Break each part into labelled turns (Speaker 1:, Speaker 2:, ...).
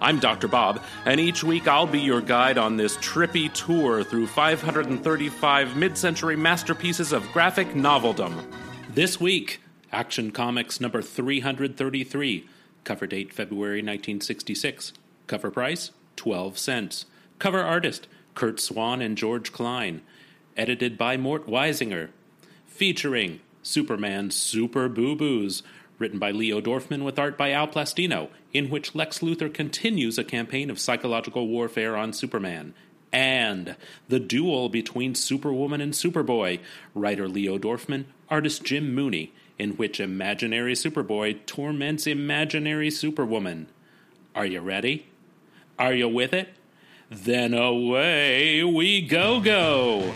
Speaker 1: I'm Dr. Bob, and each week I'll be your guide on this trippy tour through 535 mid century masterpieces of graphic noveldom. This week, Action Comics number 333, cover date February 1966, cover price 12 cents, cover artist Kurt Swan and George Klein, edited by Mort Weisinger, featuring Superman Super Boo Boos, written by Leo Dorfman with art by Al Plastino, in which Lex Luthor continues a campaign of psychological warfare on Superman. And the duel between Superwoman and Superboy, writer Leo Dorfman, artist Jim Mooney, in which imaginary Superboy torments imaginary Superwoman. Are you ready? Are you with it? Then away we go go!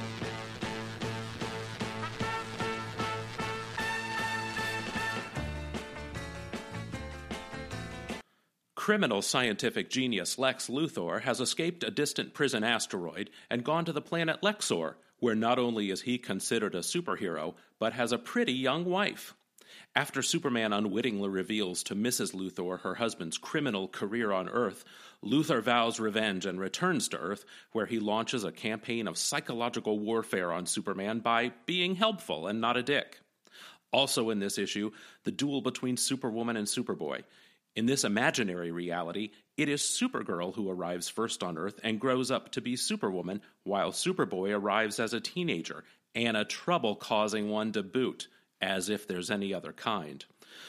Speaker 1: Criminal scientific genius Lex Luthor has escaped a distant prison asteroid and gone to the planet Lexor, where not only is he considered a superhero, but has a pretty young wife. After Superman unwittingly reveals to Mrs. Luthor her husband's criminal career on Earth, Luthor vows revenge and returns to Earth, where he launches a campaign of psychological warfare on Superman by being helpful and not a dick. Also in this issue, the duel between Superwoman and Superboy. In this imaginary reality, it is Supergirl who arrives first on Earth and grows up to be Superwoman, while Superboy arrives as a teenager and a trouble causing one to boot, as if there's any other kind.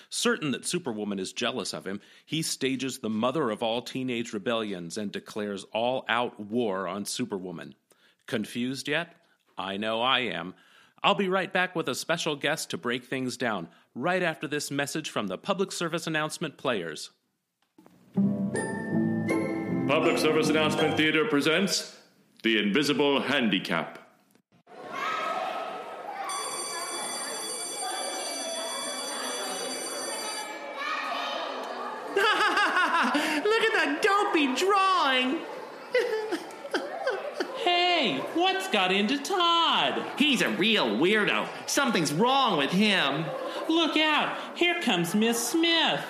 Speaker 1: Certain that Superwoman is jealous of him, he stages the mother of all teenage rebellions and declares all out war on Superwoman. Confused yet? I know I am. I'll be right back with a special guest to break things down right after this message from the public service announcement players.
Speaker 2: Public Service Announcement Theater presents The Invisible Handicap.
Speaker 3: Look at that dopey drawing.
Speaker 1: Hey, what's got into Todd?
Speaker 3: He's a real weirdo. Something's wrong with him.
Speaker 1: Look out, here comes Miss Smith.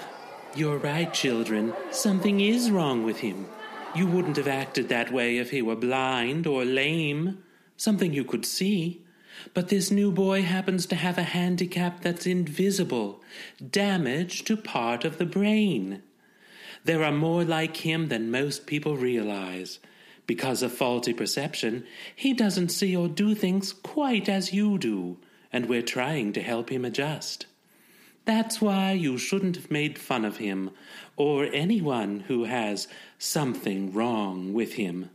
Speaker 4: You're right, children. Something is wrong with him. You wouldn't have acted that way if he were blind or lame. Something you could see. But this new boy happens to have a handicap that's invisible damage to part of the brain. There are more like him than most people realize. Because of faulty perception, he doesn't see or do things quite as you do, and we're trying to help him adjust. That's why you shouldn't have made fun of him, or anyone who has something wrong with him.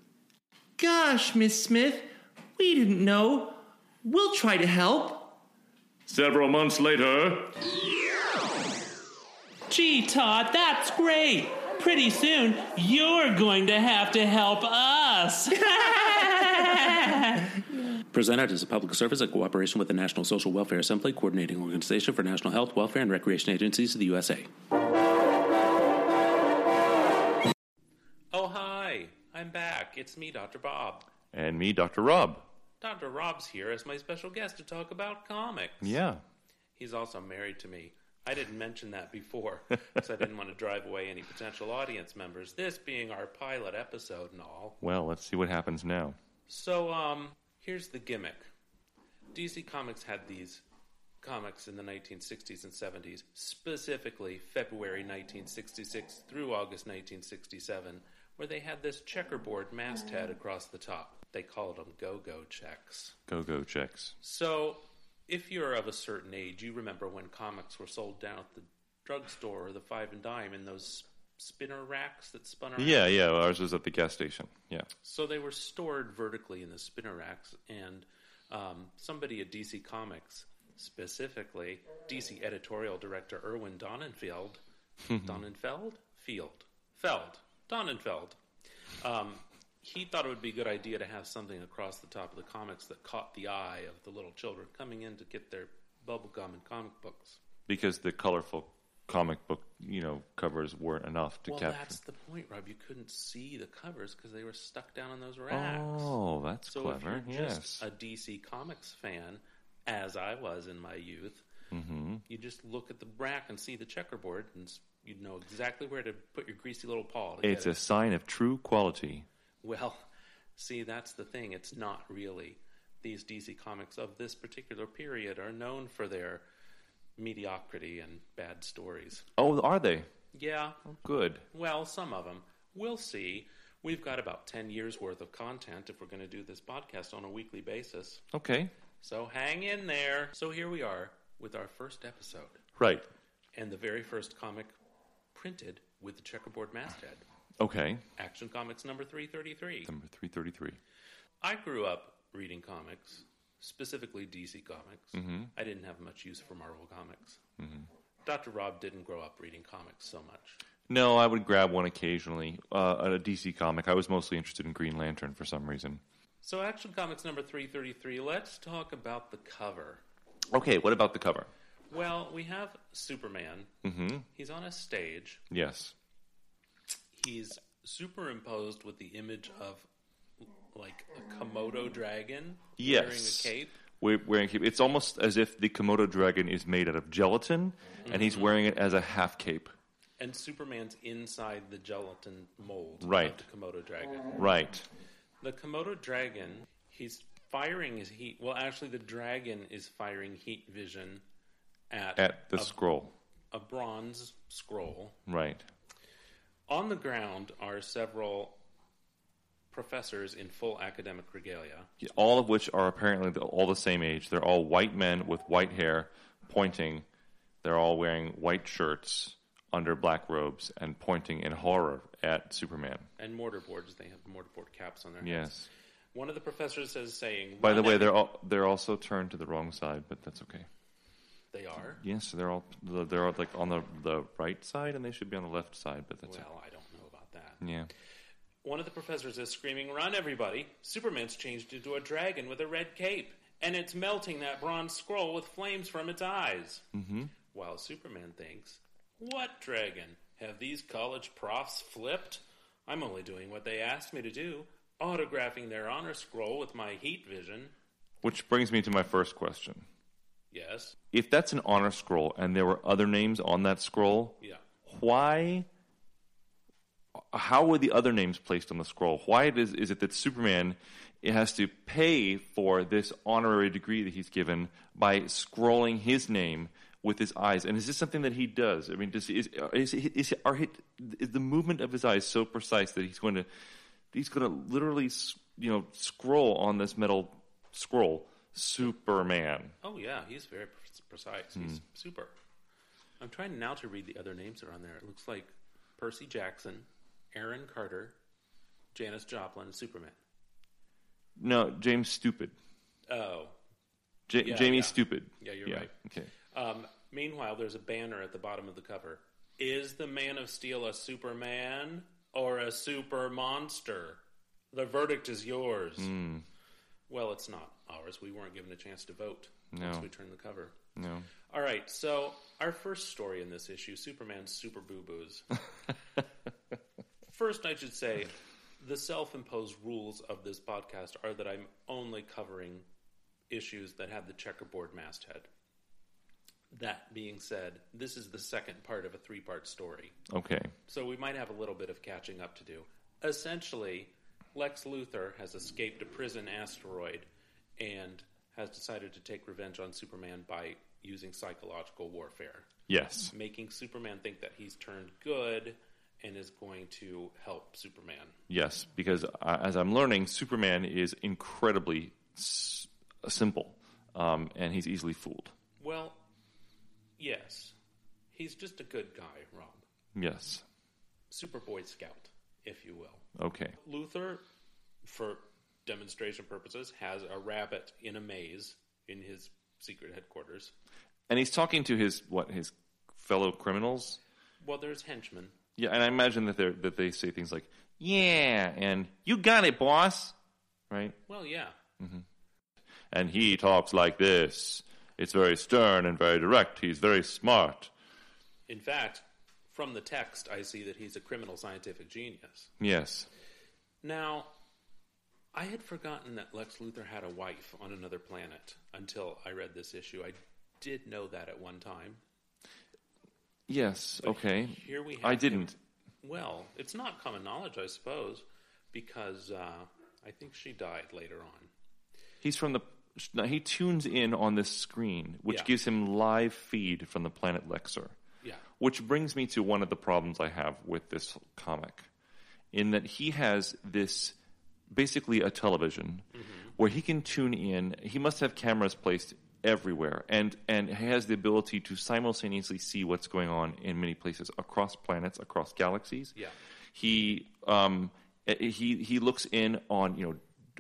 Speaker 3: Gosh, Miss Smith, we didn't know. We'll try to help.
Speaker 2: Several months later,
Speaker 4: Gee, Todd, that's great! Pretty soon, you're going to have to help us!
Speaker 1: Presented as a public service in cooperation with the National Social Welfare Assembly, coordinating organization for national health, welfare, and recreation agencies of the USA. Oh, hi. I'm back. It's me, Dr. Bob.
Speaker 5: And me, Dr. Rob.
Speaker 1: Dr. Rob's here as my special guest to talk about comics.
Speaker 5: Yeah.
Speaker 1: He's also married to me. I didn't mention that before because I didn't want to drive away any potential audience members, this being our pilot episode and all.
Speaker 5: Well, let's see what happens now.
Speaker 1: So, um, here's the gimmick. DC Comics had these comics in the 1960s and 70s, specifically February 1966 through August 1967, where they had this checkerboard masthead across the top. They called them go go checks.
Speaker 5: Go go checks.
Speaker 1: So, if you're of a certain age, you remember when comics were sold down at the drugstore or the five and dime in those spinner racks that spun around.
Speaker 5: Yeah, yeah. Ours was at the gas station. Yeah.
Speaker 1: So they were stored vertically in the spinner racks, and um, somebody at DC Comics, specifically DC editorial director Erwin Donenfeld, Donenfeld, Field, Feld, Donenfeld, Um, he thought it would be a good idea to have something across the top of the comics that caught the eye of the little children coming in to get their bubble gum and comic books.
Speaker 5: Because the colorful comic book, you know, covers weren't enough to
Speaker 1: well,
Speaker 5: capture.
Speaker 1: that's the point, Rob. You couldn't see the covers because they were stuck down on those racks.
Speaker 5: oh, that's
Speaker 1: so
Speaker 5: clever.
Speaker 1: if you're
Speaker 5: Yes.
Speaker 1: just a DC Comics fan, as I was in my youth,
Speaker 5: Mm-hmm.
Speaker 1: you just look at the rack and see the checkerboard, and s- you'd know exactly where to put your greasy little paw. To
Speaker 5: it's
Speaker 1: get
Speaker 5: a
Speaker 1: it.
Speaker 5: sign of true quality.
Speaker 1: well. See, that's the thing. It's not really. These DC comics of this particular period are known for their mediocrity and bad stories.
Speaker 5: Oh, are they?
Speaker 1: Yeah,
Speaker 5: Good.
Speaker 1: well, some of them. We'll see. We've got about 10 years worth of content if we're going to do this podcast on a weekly basis.
Speaker 5: Okay.
Speaker 1: So hang in there. So here we are with our first episode
Speaker 5: Right.
Speaker 1: and the very first comic printed with the checkerboard masthead
Speaker 5: Okay.
Speaker 1: Action Comics number 333.
Speaker 5: Number 333.
Speaker 1: I grew up reading comics, specifically DC comics. I didn't have much use for Marvel comics. Dr. Rob didn't grow up reading comics so much.
Speaker 5: No, I would grab one occasionally. Uh, a DC comic. I was mostly interested in Green Lantern for some reason.
Speaker 1: So, Action Comics number 333, let's talk about the cover.
Speaker 5: Okay, what about the cover?
Speaker 1: Well, we have Superman. Mm-hmm. He's on a stage.
Speaker 5: Yes.
Speaker 1: he's superimposed with the image of like a Komodo dragon wearing a
Speaker 5: Yes.
Speaker 1: cape.
Speaker 5: We're wearing cape. It's almost as if the Komodo dragon is made out of gelatin, and
Speaker 1: Mm-hmm.
Speaker 5: he's wearing it as a half cape.
Speaker 1: And Superman's inside the gelatin mold
Speaker 5: Right.
Speaker 1: of the Komodo dragon.
Speaker 5: Right.
Speaker 1: The Komodo dragon, he's firing his heat. Well, actually, the dragon is firing heat vision at,
Speaker 5: At the
Speaker 1: a,
Speaker 5: scroll.
Speaker 1: a bronze scroll.
Speaker 5: Right.
Speaker 1: On the ground are several professors in full academic regalia.
Speaker 5: All of which are apparently the, all the same age. They're all white men with white hair, pointing. They're all wearing white shirts under black robes and pointing in horror at Superman.
Speaker 1: And mortarboards, they have mortarboard caps on their heads.
Speaker 5: Yes.
Speaker 1: One of the professors is saying.
Speaker 5: By the
Speaker 1: "Run
Speaker 5: way,
Speaker 1: at
Speaker 5: they're all, they're also turned to the wrong side, but that's okay.
Speaker 1: They are?
Speaker 5: Yes, they're all they're all like on the the right side, and they should be on the left side, but that's
Speaker 1: Well, I don't know about that.
Speaker 5: okay. yeah.
Speaker 1: One of the professors is screaming, Run, everybody! Superman's changed into a dragon with a red cape, and it's melting that bronze scroll with flames from its eyes. Mm-hmm. While Superman thinks, What dragon? Have these college profs flipped? I'm only doing what they asked me to do, autographing their honor scroll with my heat vision.
Speaker 5: Which brings me to my first question:
Speaker 1: Yes.
Speaker 5: If that's an honor scroll and there were other names on that scroll,
Speaker 1: Yeah.
Speaker 5: why? How were the other names placed on the scroll? Why it is is it that Superman it has to pay for this honorary degree that he's given by scrolling his name with his eyes? And is this something that he does? I mean, does is is, is, are his, is the movement of his eyes so precise that he's going to he's going to literally s- you know scroll on this metal scroll Superman?
Speaker 1: Oh, yeah, he's very pre- precise. He's super. I'm trying now to read the other names that are on there. It looks like Percy Jackson, Aaron Carter, Janice Joplin, Superman.
Speaker 5: No, James Stupid,
Speaker 1: Oh.
Speaker 5: J-
Speaker 1: Yeah,
Speaker 5: Jamie
Speaker 1: yeah.
Speaker 5: Stupid.
Speaker 1: Yeah, you're right.
Speaker 5: Okay.
Speaker 1: Um, meanwhile, there's a banner at the bottom of the cover. Is the Man of Steel a Superman or a super monster? The verdict is yours. Well, it's not ours. We weren't given a chance to vote once we turned the cover.
Speaker 5: No.
Speaker 1: All right, so our first story in this issue Superman's Super Boo Boos. first, I should say the self imposed rules of this podcast are that I'm only covering issues that have the checkerboard masthead. That being said, this is the second part of a three part story,
Speaker 5: Okay.
Speaker 1: so we might have a little bit of catching up to do. Essentially, Lex Luthor has escaped a prison asteroid and has decided to take revenge on Superman by using psychological warfare
Speaker 5: Yes.
Speaker 1: making Superman think that he's turned good and is going to help Superman.
Speaker 5: Yes, because uh, as I'm learning, Superman is incredibly s- uh, simple, um, and he's easily fooled.
Speaker 1: Well, yes. He's just a good guy, Rob.
Speaker 5: Yes.
Speaker 1: Super Boy Scout, if you will.
Speaker 5: Okay.
Speaker 1: Luther, for demonstration purposes, has a rabbit in a maze in his secret headquarters.
Speaker 5: And he's talking to his what his fellow criminals.
Speaker 1: Well, there's henchmen.
Speaker 5: Yeah, and I imagine that they that they say things like yeah, and you got it, boss, right?
Speaker 1: Well, yeah.
Speaker 5: And he talks like this. It's very stern and very direct. He's very smart.
Speaker 1: In fact, from the text, I see that he's a criminal scientific genius.
Speaker 5: Yes.
Speaker 1: Now, I had forgotten that Lex Luthor had a wife on another planet until I read this issue. I did know that at one time.
Speaker 5: Yes. okay.
Speaker 1: here we have
Speaker 5: I
Speaker 1: him.
Speaker 5: didn't.
Speaker 1: Well, it's not common knowledge, I suppose, because uh, I think she died later on.
Speaker 5: He's from the. No, he tunes in on this screen, which
Speaker 1: Yeah.
Speaker 5: gives him live feed from the planet Lexer.
Speaker 1: Yeah.
Speaker 5: Which brings me to one of the problems I have with this comic, in that he has this basically a television
Speaker 1: Mm-hmm.
Speaker 5: where he can tune in. He must have cameras placed everywhere, and and he has the ability to simultaneously see what's going on in many places across planets, across galaxies.
Speaker 1: Yeah.
Speaker 5: He um eh, he he looks in on you know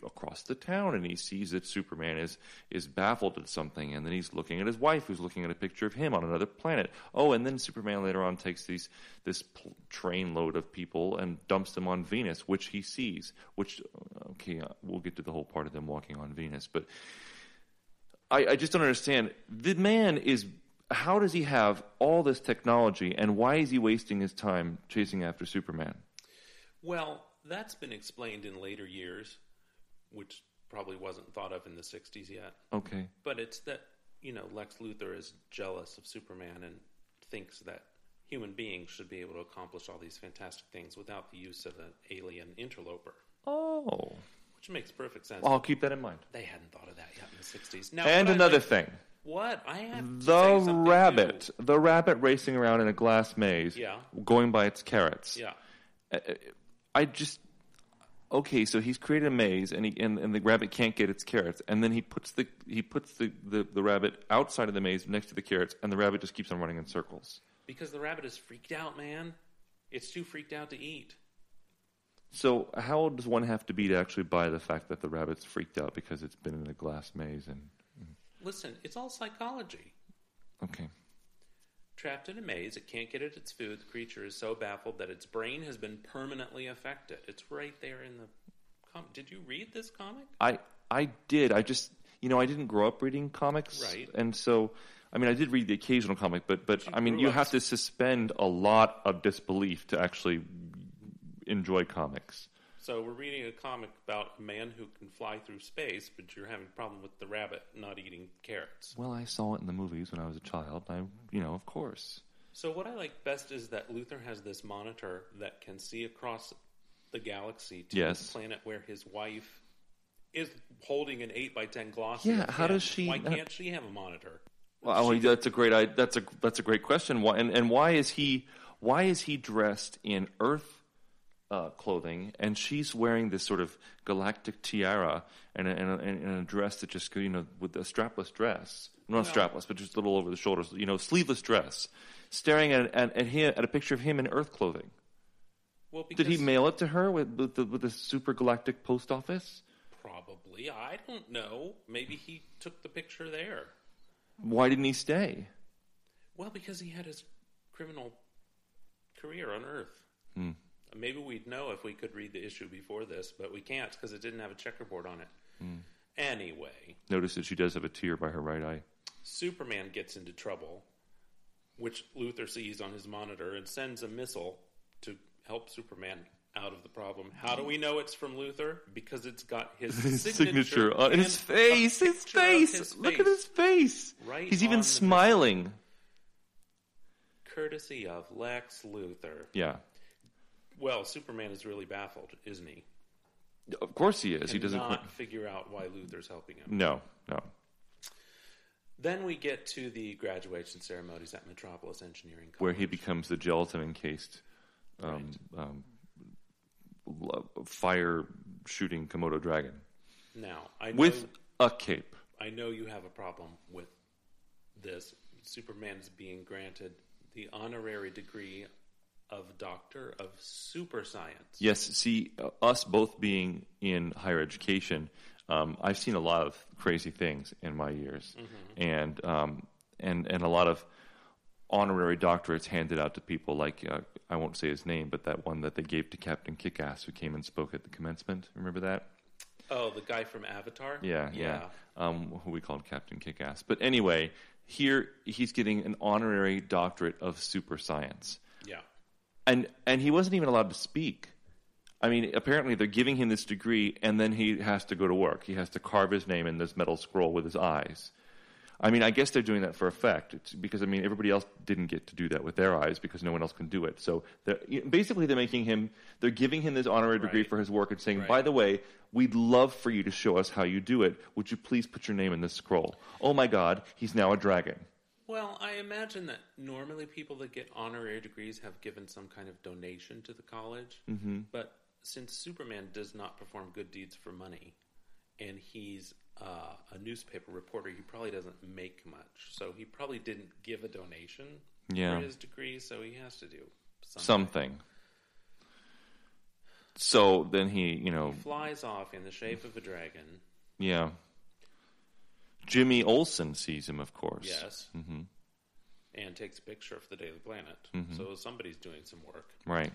Speaker 5: across the town and he sees that Superman is is baffled at something and then he's looking at his wife who's looking at a picture of him on another planet. Oh, and then Superman later on takes these this pl- train load of people and dumps them on Venus, which he sees, which okay, uh, we'll get to the whole part of them walking on Venus, but I, I just don't understand. The man is. How does he have all this technology, and why is he wasting his time chasing after Superman?
Speaker 1: Well, that's been explained in later years, which probably wasn't thought of in the 60s yet.
Speaker 5: Okay.
Speaker 1: But it's that, you know, Lex Luthor is jealous of Superman and thinks that human beings should be able to accomplish all these fantastic things without the use of an alien interloper,
Speaker 5: Oh,
Speaker 1: which makes perfect sense.
Speaker 5: I'll keep that in mind.
Speaker 1: They hadn't thought of that yet in the 60s. Now,
Speaker 5: And
Speaker 1: what I
Speaker 5: another
Speaker 1: like-
Speaker 5: thing,
Speaker 1: What? I have to
Speaker 5: the
Speaker 1: say something
Speaker 5: rabbit,
Speaker 1: new.
Speaker 5: the rabbit racing around in a glass maze,
Speaker 1: Yeah.
Speaker 5: going by its carrots.
Speaker 1: Yeah.
Speaker 5: I just okay. So he's created a maze, and he and, and the rabbit can't get its carrots, and then he puts the he puts the, the the rabbit outside of the maze next to the carrots, and the rabbit just keeps on running in circles.
Speaker 1: Because the rabbit is freaked out, man. It's too freaked out to eat.
Speaker 5: So how old does one have to be to actually buy the fact that the rabbit's freaked out because it's been in a glass maze? And
Speaker 1: Listen, it's all psychology.
Speaker 5: okay,
Speaker 1: Trapped in a maze, it can't get at its food. The creature is so baffled that its brain has been permanently affected. It's right there in the. Com- Did you read this comic?
Speaker 5: I I did. I just you know I didn't grow up reading comics,
Speaker 1: Right.
Speaker 5: And so I mean I did read the occasional comic, but but I mean
Speaker 1: grew
Speaker 5: you
Speaker 1: up-
Speaker 5: have to suspend a lot of disbelief to actually enjoy comics.
Speaker 1: So we're reading a comic about a man who can fly through space, but you're having a problem with the rabbit not eating carrots.
Speaker 5: Well, I saw it in the movies when I was a child. I, you know, of course.
Speaker 1: So what I like best is that Luther has this monitor that can see across the galaxy to
Speaker 5: Yes.
Speaker 1: the planet where his wife is holding an eight by ten gloss.
Speaker 5: Yeah, how does she
Speaker 1: Why
Speaker 5: not-
Speaker 1: can't she have a monitor?
Speaker 5: Well, oh, that's a great. I, that's a that's a great question. Why and, and why is he why is he dressed in Earth uh, clothing and she's wearing this sort of galactic tiara and a, and, a, and a dress that just you know with a strapless dress, not strapless, but just a little over the shoulders, you know, sleeveless dress, staring at at, at him at a picture of him in Earth clothing.
Speaker 1: Well, because
Speaker 5: Did he mail it to her with with the, with the super galactic post office?
Speaker 1: Probably. I don't know. Maybe he took the picture there.
Speaker 5: Why didn't he stay?
Speaker 1: Well, because he had his criminal career on Earth.
Speaker 5: Hmm.
Speaker 1: Maybe we'd know if we could read the issue before this, but we can't because it didn't have a checkerboard on it.
Speaker 5: Hmm.
Speaker 1: Anyway,
Speaker 5: Notice that she does have a tear by her right eye.
Speaker 1: Superman gets into trouble, which Luther sees on his monitor and sends a missile to help Superman out of the problem. How do we know it's from Luther? Because it's got his signature,
Speaker 5: signature on
Speaker 1: and
Speaker 5: his face.
Speaker 1: a
Speaker 5: His
Speaker 1: picture of
Speaker 5: face.
Speaker 1: his
Speaker 5: Look at
Speaker 1: face.
Speaker 5: his face.
Speaker 1: Right
Speaker 5: He's
Speaker 1: on
Speaker 5: even
Speaker 1: the
Speaker 5: smiling.
Speaker 1: courtesy of Lex Luthor.
Speaker 5: Yeah.
Speaker 1: Well, Superman is really baffled, isn't he?
Speaker 5: Of course he is. He doesn't.
Speaker 1: not figure out why Luthor's helping him.
Speaker 5: No. No.
Speaker 1: Then we get to the graduation ceremonies at Metropolis Engineering College.
Speaker 5: Where he becomes the gelatin encased um, um, lo- fire shooting Komodo dragon
Speaker 1: now, I know,
Speaker 5: with a cape.
Speaker 1: I know you have a problem with this. Superman is being granted the honorary degree of Doctor of Super Science.
Speaker 5: Yes. See, uh, us both being in higher education, um, I've seen a lot of crazy things in my years, and um, and and a lot of honorary doctorates handed out to people like uh, I won't say his name, but that one that they gave to Captain Kickass who came and spoke at the commencement. Remember that?
Speaker 1: Oh, the guy from Avatar?
Speaker 5: Yeah, yeah. Um, who we called Captain Kickass. But anyway, here he's getting an honorary doctorate of super science,
Speaker 1: Yeah.
Speaker 5: and and he wasn't even allowed to speak. I mean, apparently they're giving him this degree, and then he has to go to work. He has to carve his name in this metal scroll with his eyes. I mean, I guess they're doing that for effect it's because I mean everybody else didn't get to do that with their eyes because no one else can do it. So they're, you- basically, they're making him, they're giving him this honorary degree for his work and saying, by the way, we'd love for you to show us how you do it. Would you please put your name in this scroll? Oh my God, he's now a dragon.
Speaker 1: Well, I imagine that normally people that get honorary degrees have given some kind of donation to the college. Mm-hmm. But since Superman does not perform good deeds for money, and he's uh, a newspaper reporter, he probably doesn't make much. So he probably didn't give a donation
Speaker 5: Yeah.
Speaker 1: for his degree, so he has to do something.
Speaker 5: Something. So then he, you know,
Speaker 1: Flies off in the shape of a dragon.
Speaker 5: yeah. Jimmy Olsen sees him, of course.
Speaker 1: Yes. Mm-hmm. And takes a picture of the day of the planet. So somebody's doing some work.
Speaker 5: Right.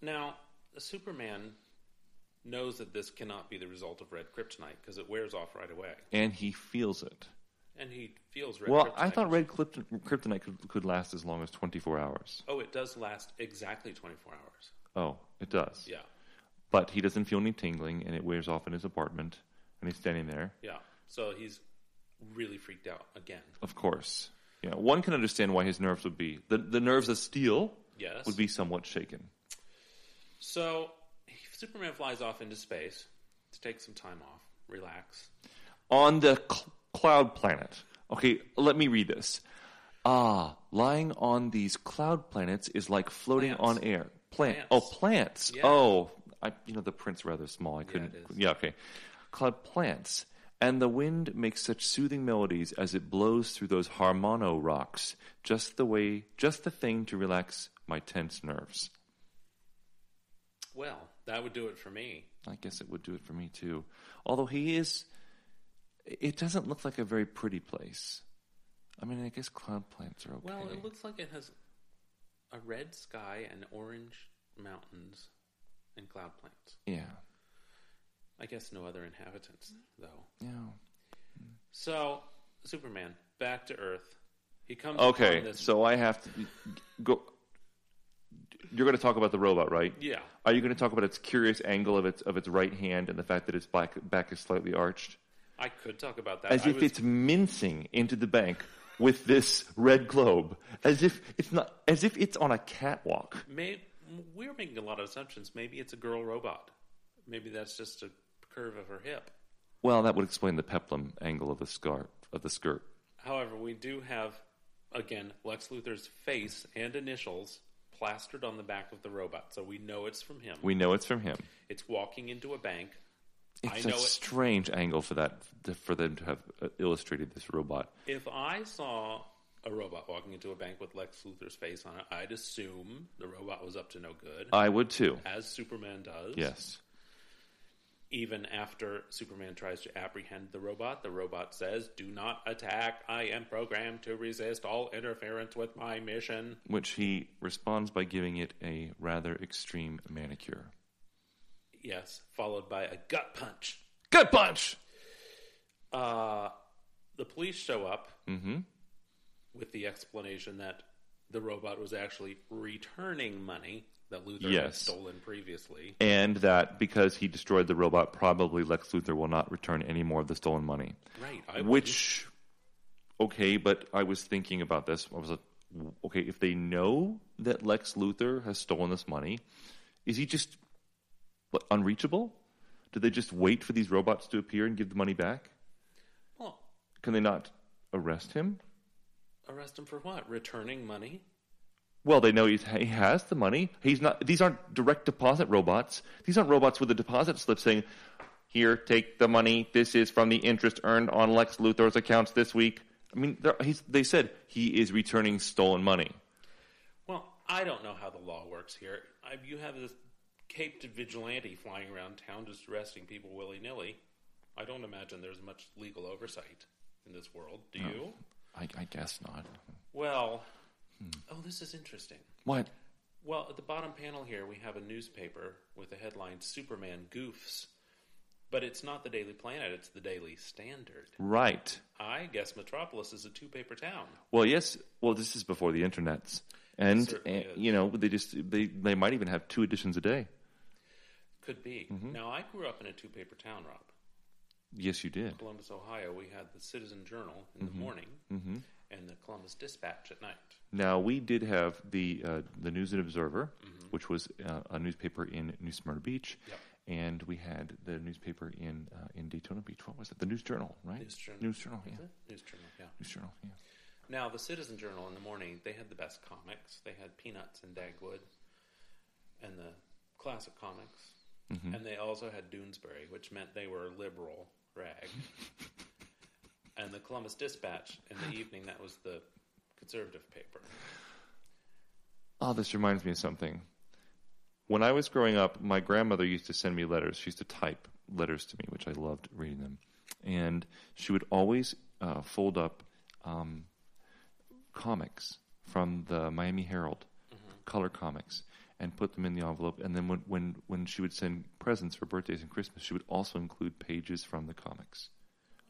Speaker 1: Now, Superman knows that this cannot be the result of red kryptonite because it wears off right away,
Speaker 5: And he feels it.
Speaker 1: and he feels red.
Speaker 5: Well,
Speaker 1: kryptonite.
Speaker 5: I thought red Krypton- kryptonite could, could last as long as 24 hours.
Speaker 1: Oh, it does last exactly twenty four hours.
Speaker 5: Oh, it does.
Speaker 1: Yeah,
Speaker 5: But he doesn't feel any tingling, and it wears off in his apartment, and he's standing there.
Speaker 1: yeah. So he's really freaked out again.
Speaker 5: Of course. Yeah, one can understand why his nerves would be the, the nerves of steel
Speaker 1: Yes.
Speaker 5: would be somewhat shaken.
Speaker 1: So he, Superman flies off into space to take some time off, relax.
Speaker 5: on the cl- cloud planet. Okay, let me read this. Ah, lying on these cloud planets is like floating
Speaker 1: Plants.
Speaker 5: on air. Plant.
Speaker 1: Plants.
Speaker 5: Oh, plants.
Speaker 1: Yeah.
Speaker 5: Oh, I, you know the print's rather small. I couldn't.
Speaker 1: it is.
Speaker 5: Yeah, okay. Cloud plants. And the wind makes such soothing melodies as it blows through those harmono rocks, just the way, just the thing to relax my tense nerves.
Speaker 1: Well, that would do it for me.
Speaker 5: I guess it would do it for me too. Although he is, it doesn't look like a very pretty place. I mean, I guess cloud plants are okay.
Speaker 1: Well, it looks like it has a red sky and orange mountains and cloud plants.
Speaker 5: yeah,
Speaker 1: I guess no other inhabitants, though.
Speaker 5: yeah.
Speaker 1: So, Superman, back to Earth. He comes upon
Speaker 5: Okay,
Speaker 1: this.
Speaker 5: so I have to go. You're going to talk about the robot, right?
Speaker 1: Yeah.
Speaker 5: Are you going to talk about its curious angle of its of its right hand and the fact that its back back is slightly arched,
Speaker 1: I could talk about that.
Speaker 5: as
Speaker 1: I
Speaker 5: if
Speaker 1: was-
Speaker 5: it's mincing into the bank with this red globe, as if it's not, as if it's on a catwalk.
Speaker 1: may, we're making a lot of assumptions. Maybe it's a girl robot. Maybe that's just a curve of her hip.
Speaker 5: Well, that would explain the peplum angle of the scarf of the skirt.
Speaker 1: However, we do have again Lex Luthor's face and initials plastered on the back of the robot, so we know it's from him.
Speaker 5: We know it's from him.
Speaker 1: It's walking into a bank. I
Speaker 5: It's a
Speaker 1: know it.
Speaker 5: strange angle for that for them to have uh, illustrated this robot.
Speaker 1: If I saw a robot walking into a bank with Lex Luthor's face on it, I'd assume the robot was up to no good,
Speaker 5: I would too.
Speaker 1: as Superman does.
Speaker 5: Yes.
Speaker 1: Even after Superman tries to apprehend the robot, the robot says, Do not attack. I am programmed to resist all interference with my mission.
Speaker 5: Which he responds by giving it a rather extreme manicure.
Speaker 1: Yes, followed by a gut punch.
Speaker 5: Gut punch.
Speaker 1: Uh, the police show up
Speaker 5: Mm-hmm.
Speaker 1: with the explanation that the robot was actually returning money that Luthor had
Speaker 5: Yes.
Speaker 1: stolen previously.
Speaker 5: And that because he destroyed the robot, probably Lex Luthor will not return any more of the stolen money.
Speaker 1: Right. I
Speaker 5: Which, okay, but I was thinking about this. I was like, okay, if they know that Lex Luthor has stolen this money, is he just what, unreachable? Do they just wait for these robots to appear and give the money back?
Speaker 1: Well,
Speaker 5: Can they not arrest him?
Speaker 1: arrest him for what? Returning money?
Speaker 5: Well, they know he's, he has the money. He's not. These aren't direct deposit robots. These aren't robots with a deposit slip saying, "Here, take the money. This is from the interest earned on Lex Luthor's accounts this week." I mean, they're- he's, they said he is returning stolen money.
Speaker 1: Well, I don't know how the law works here. I, you have this caped vigilante flying around town just arresting people willy nilly. I don't imagine there's much legal oversight in this world. Do you?
Speaker 5: I, I guess not.
Speaker 1: Well, Oh, this is interesting.
Speaker 5: What?
Speaker 1: Well, at the bottom panel here, we have a newspaper with the headline Superman Goofs. But it's not the Daily Planet, it's the Daily Standard.
Speaker 5: Right.
Speaker 1: I guess Metropolis is a two paper town.
Speaker 5: Well, yes. Well, this is before the internets, and,
Speaker 1: certainly
Speaker 5: and
Speaker 1: is.
Speaker 5: you know they just they they might even have two editions a day.
Speaker 1: Could be. Now, I grew up in a two paper town, Rob.
Speaker 5: Yes, you did.
Speaker 1: Columbus, Ohio, we had the Citizen Journal in the morning and the Columbus Dispatch at night.
Speaker 5: Now we did have the uh, the News and Observer, which was uh, a newspaper in New Smyrna Beach,
Speaker 1: Mm-hmm. Yep.
Speaker 5: and we had the newspaper in uh, in Daytona Beach. What was it? The News Journal, right?
Speaker 1: News Journal.
Speaker 5: News Journal. Yeah.
Speaker 1: Is it? News Journal, yeah.
Speaker 5: News Journal. Yeah.
Speaker 1: Now, the Citizen Journal in the morning, they had the best comics. They had Peanuts and Dagwood and the classic comics. And they also had Doonesbury, which meant they were liberal rag. and the Columbus Dispatch in the evening, that was the conservative paper.
Speaker 5: Oh, this reminds me of something. When I was growing up, my grandmother used to send me letters. She used to type letters to me, which I loved reading them. And she would always uh, fold up um, comics from the Miami Herald, color comics, and put them in the envelope. And then when, when, when she would send presents for birthdays and Christmas, she would also include pages from the comics,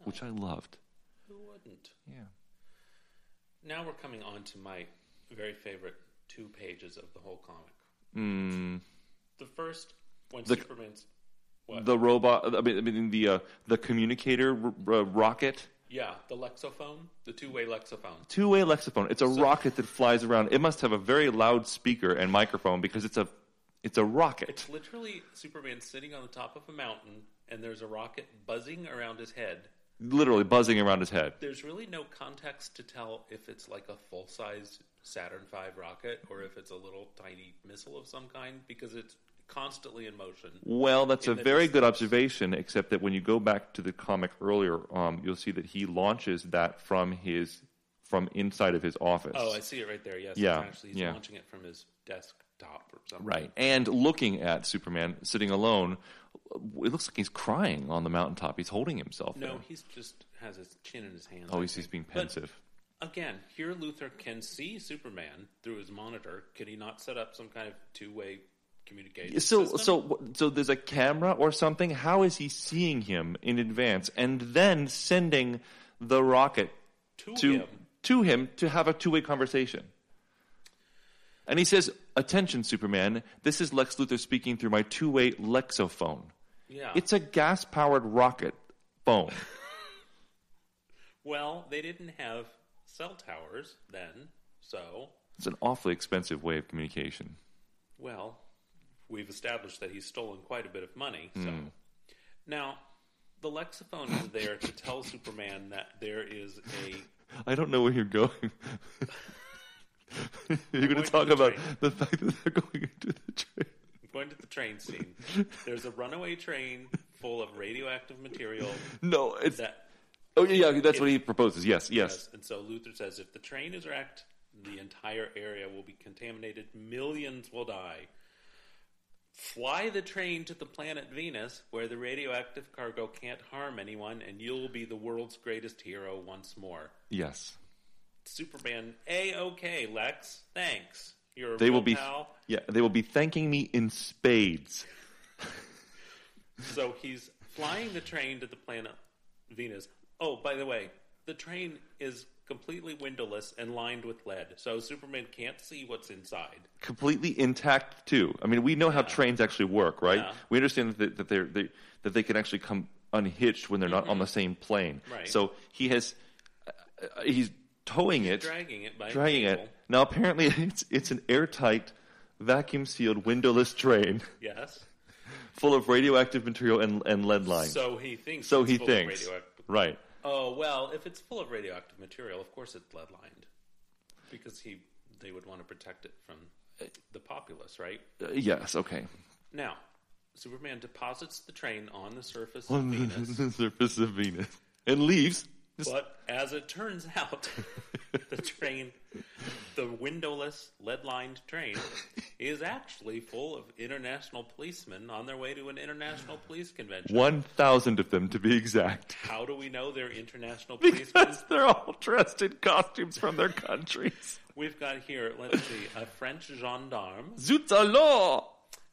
Speaker 5: which I loved.
Speaker 1: Who wouldn't?
Speaker 5: Yeah.
Speaker 1: Now we're coming on to my very favorite two pages of the whole comic.
Speaker 5: Mm,
Speaker 1: The first, when
Speaker 5: The-
Speaker 1: Superman's. What?
Speaker 5: the robot, I mean, I mean the, uh, the communicator r- r- rocket.
Speaker 1: yeah, the Lexophone, the two way Lexophone.
Speaker 5: two-way lexophone. It's a rocket that flies around. It must have a very loud speaker and microphone because it's a it's a rocket.
Speaker 1: It's literally Superman sitting on the top of a mountain, and there's a rocket buzzing around his head.
Speaker 5: Literally buzzing around his head.
Speaker 1: There's really no context to tell if it's like a full sized Saturn V rocket or if it's a little tiny missile of some kind because it's constantly in motion.
Speaker 5: Well, that's a
Speaker 1: the
Speaker 5: very good observation, except that when you go back to the comic earlier, um, you'll see that he launches that from his from inside of his office.
Speaker 1: Oh, I see it right there. Yes,
Speaker 5: Yeah,
Speaker 1: it's actually, he's
Speaker 5: yeah.
Speaker 1: launching it from his desktop or something.
Speaker 5: right. And looking at Superman sitting alone, it looks like he's crying on the mountaintop. He's holding himself.
Speaker 1: No,
Speaker 5: there.
Speaker 1: he's just has his chin in his hands.
Speaker 5: Oh,
Speaker 1: I
Speaker 5: he's,
Speaker 1: think.
Speaker 5: he's being
Speaker 1: But
Speaker 5: pensive.
Speaker 1: Again, here Luther can see Superman through his monitor. Could he not set up some kind of two way communication?
Speaker 5: so
Speaker 1: system?
Speaker 5: so wh- so there's a camera or something how is he seeing him in advance and then sending the rocket
Speaker 1: to,
Speaker 5: to
Speaker 1: him.
Speaker 5: to him to have a two-way conversation and he says attention superman this is lex luthor speaking through my two-way lexophone
Speaker 1: Yeah.
Speaker 5: it's a gas-powered rocket phone
Speaker 1: well, they didn't have cell towers then, so
Speaker 5: it's an awfully expensive way of communication
Speaker 1: well, we've established that he's stolen quite a bit of money. So
Speaker 5: Hmm.
Speaker 1: now the lexophone is there to tell Superman that there is a
Speaker 5: I don't know where you're going. you're going
Speaker 1: going
Speaker 5: to
Speaker 1: to
Speaker 5: talk
Speaker 1: the
Speaker 5: about
Speaker 1: train.
Speaker 5: the fact that they're going into the train.
Speaker 1: going to the train scene. There's a runaway train full of radioactive material
Speaker 5: No, it's
Speaker 1: that
Speaker 5: Oh yeah, yeah, that's what he proposes. Yes, yes.
Speaker 1: and so Luther says if the train is wrecked, the entire area will be contaminated, millions will die. Fly the train to the planet Venus where the radioactive cargo can't harm anyone and you'll be the world's greatest hero once more.
Speaker 5: Yes.
Speaker 1: Superman, A okay, Lex. Thanks. You're a
Speaker 5: They
Speaker 1: real
Speaker 5: will be
Speaker 1: pal.
Speaker 5: Yeah, they will be thanking me in spades.
Speaker 1: So he's flying the train to the planet Venus. Oh, by the way, the train is completely windowless and lined with lead, so Superman can't see what's inside.
Speaker 5: Completely intact too. I mean, we know how trains actually work, right?
Speaker 1: Yeah.
Speaker 5: We understand that that they're, they that they can actually come unhitched when they're not on the same plane.
Speaker 1: Mm-hmm. Right.
Speaker 5: So he has uh, uh, he's towing it,
Speaker 1: Dragging it by
Speaker 5: dragging
Speaker 1: a cable.
Speaker 5: it. Now apparently it's it's an airtight vacuum sealed windowless train
Speaker 1: Yes.
Speaker 5: full of radioactive material and and lead lines.
Speaker 1: So he thinks.
Speaker 5: So
Speaker 1: it's
Speaker 5: he
Speaker 1: full
Speaker 5: thinks.
Speaker 1: Of radioactive.
Speaker 5: Right.
Speaker 1: Oh well, if it's full of radioactive material, of course it's lead lined, because he they would want to protect it from the populace, right?
Speaker 5: Uh, yes, okay.
Speaker 1: Now, Superman deposits the train on the surface of
Speaker 5: on
Speaker 1: Venus,
Speaker 5: the surface of Venus and leaves. Just-
Speaker 1: but as it turns out, the train, the windowless lead lined train, is actually full of international policemen on their way to an international police convention.
Speaker 5: 1,000 of them to be exact.
Speaker 1: How do we know they're international policemen?
Speaker 5: Because they're all dressed in costumes from their countries.
Speaker 1: We've got here, let's see, a French gendarme.
Speaker 5: Zut alors!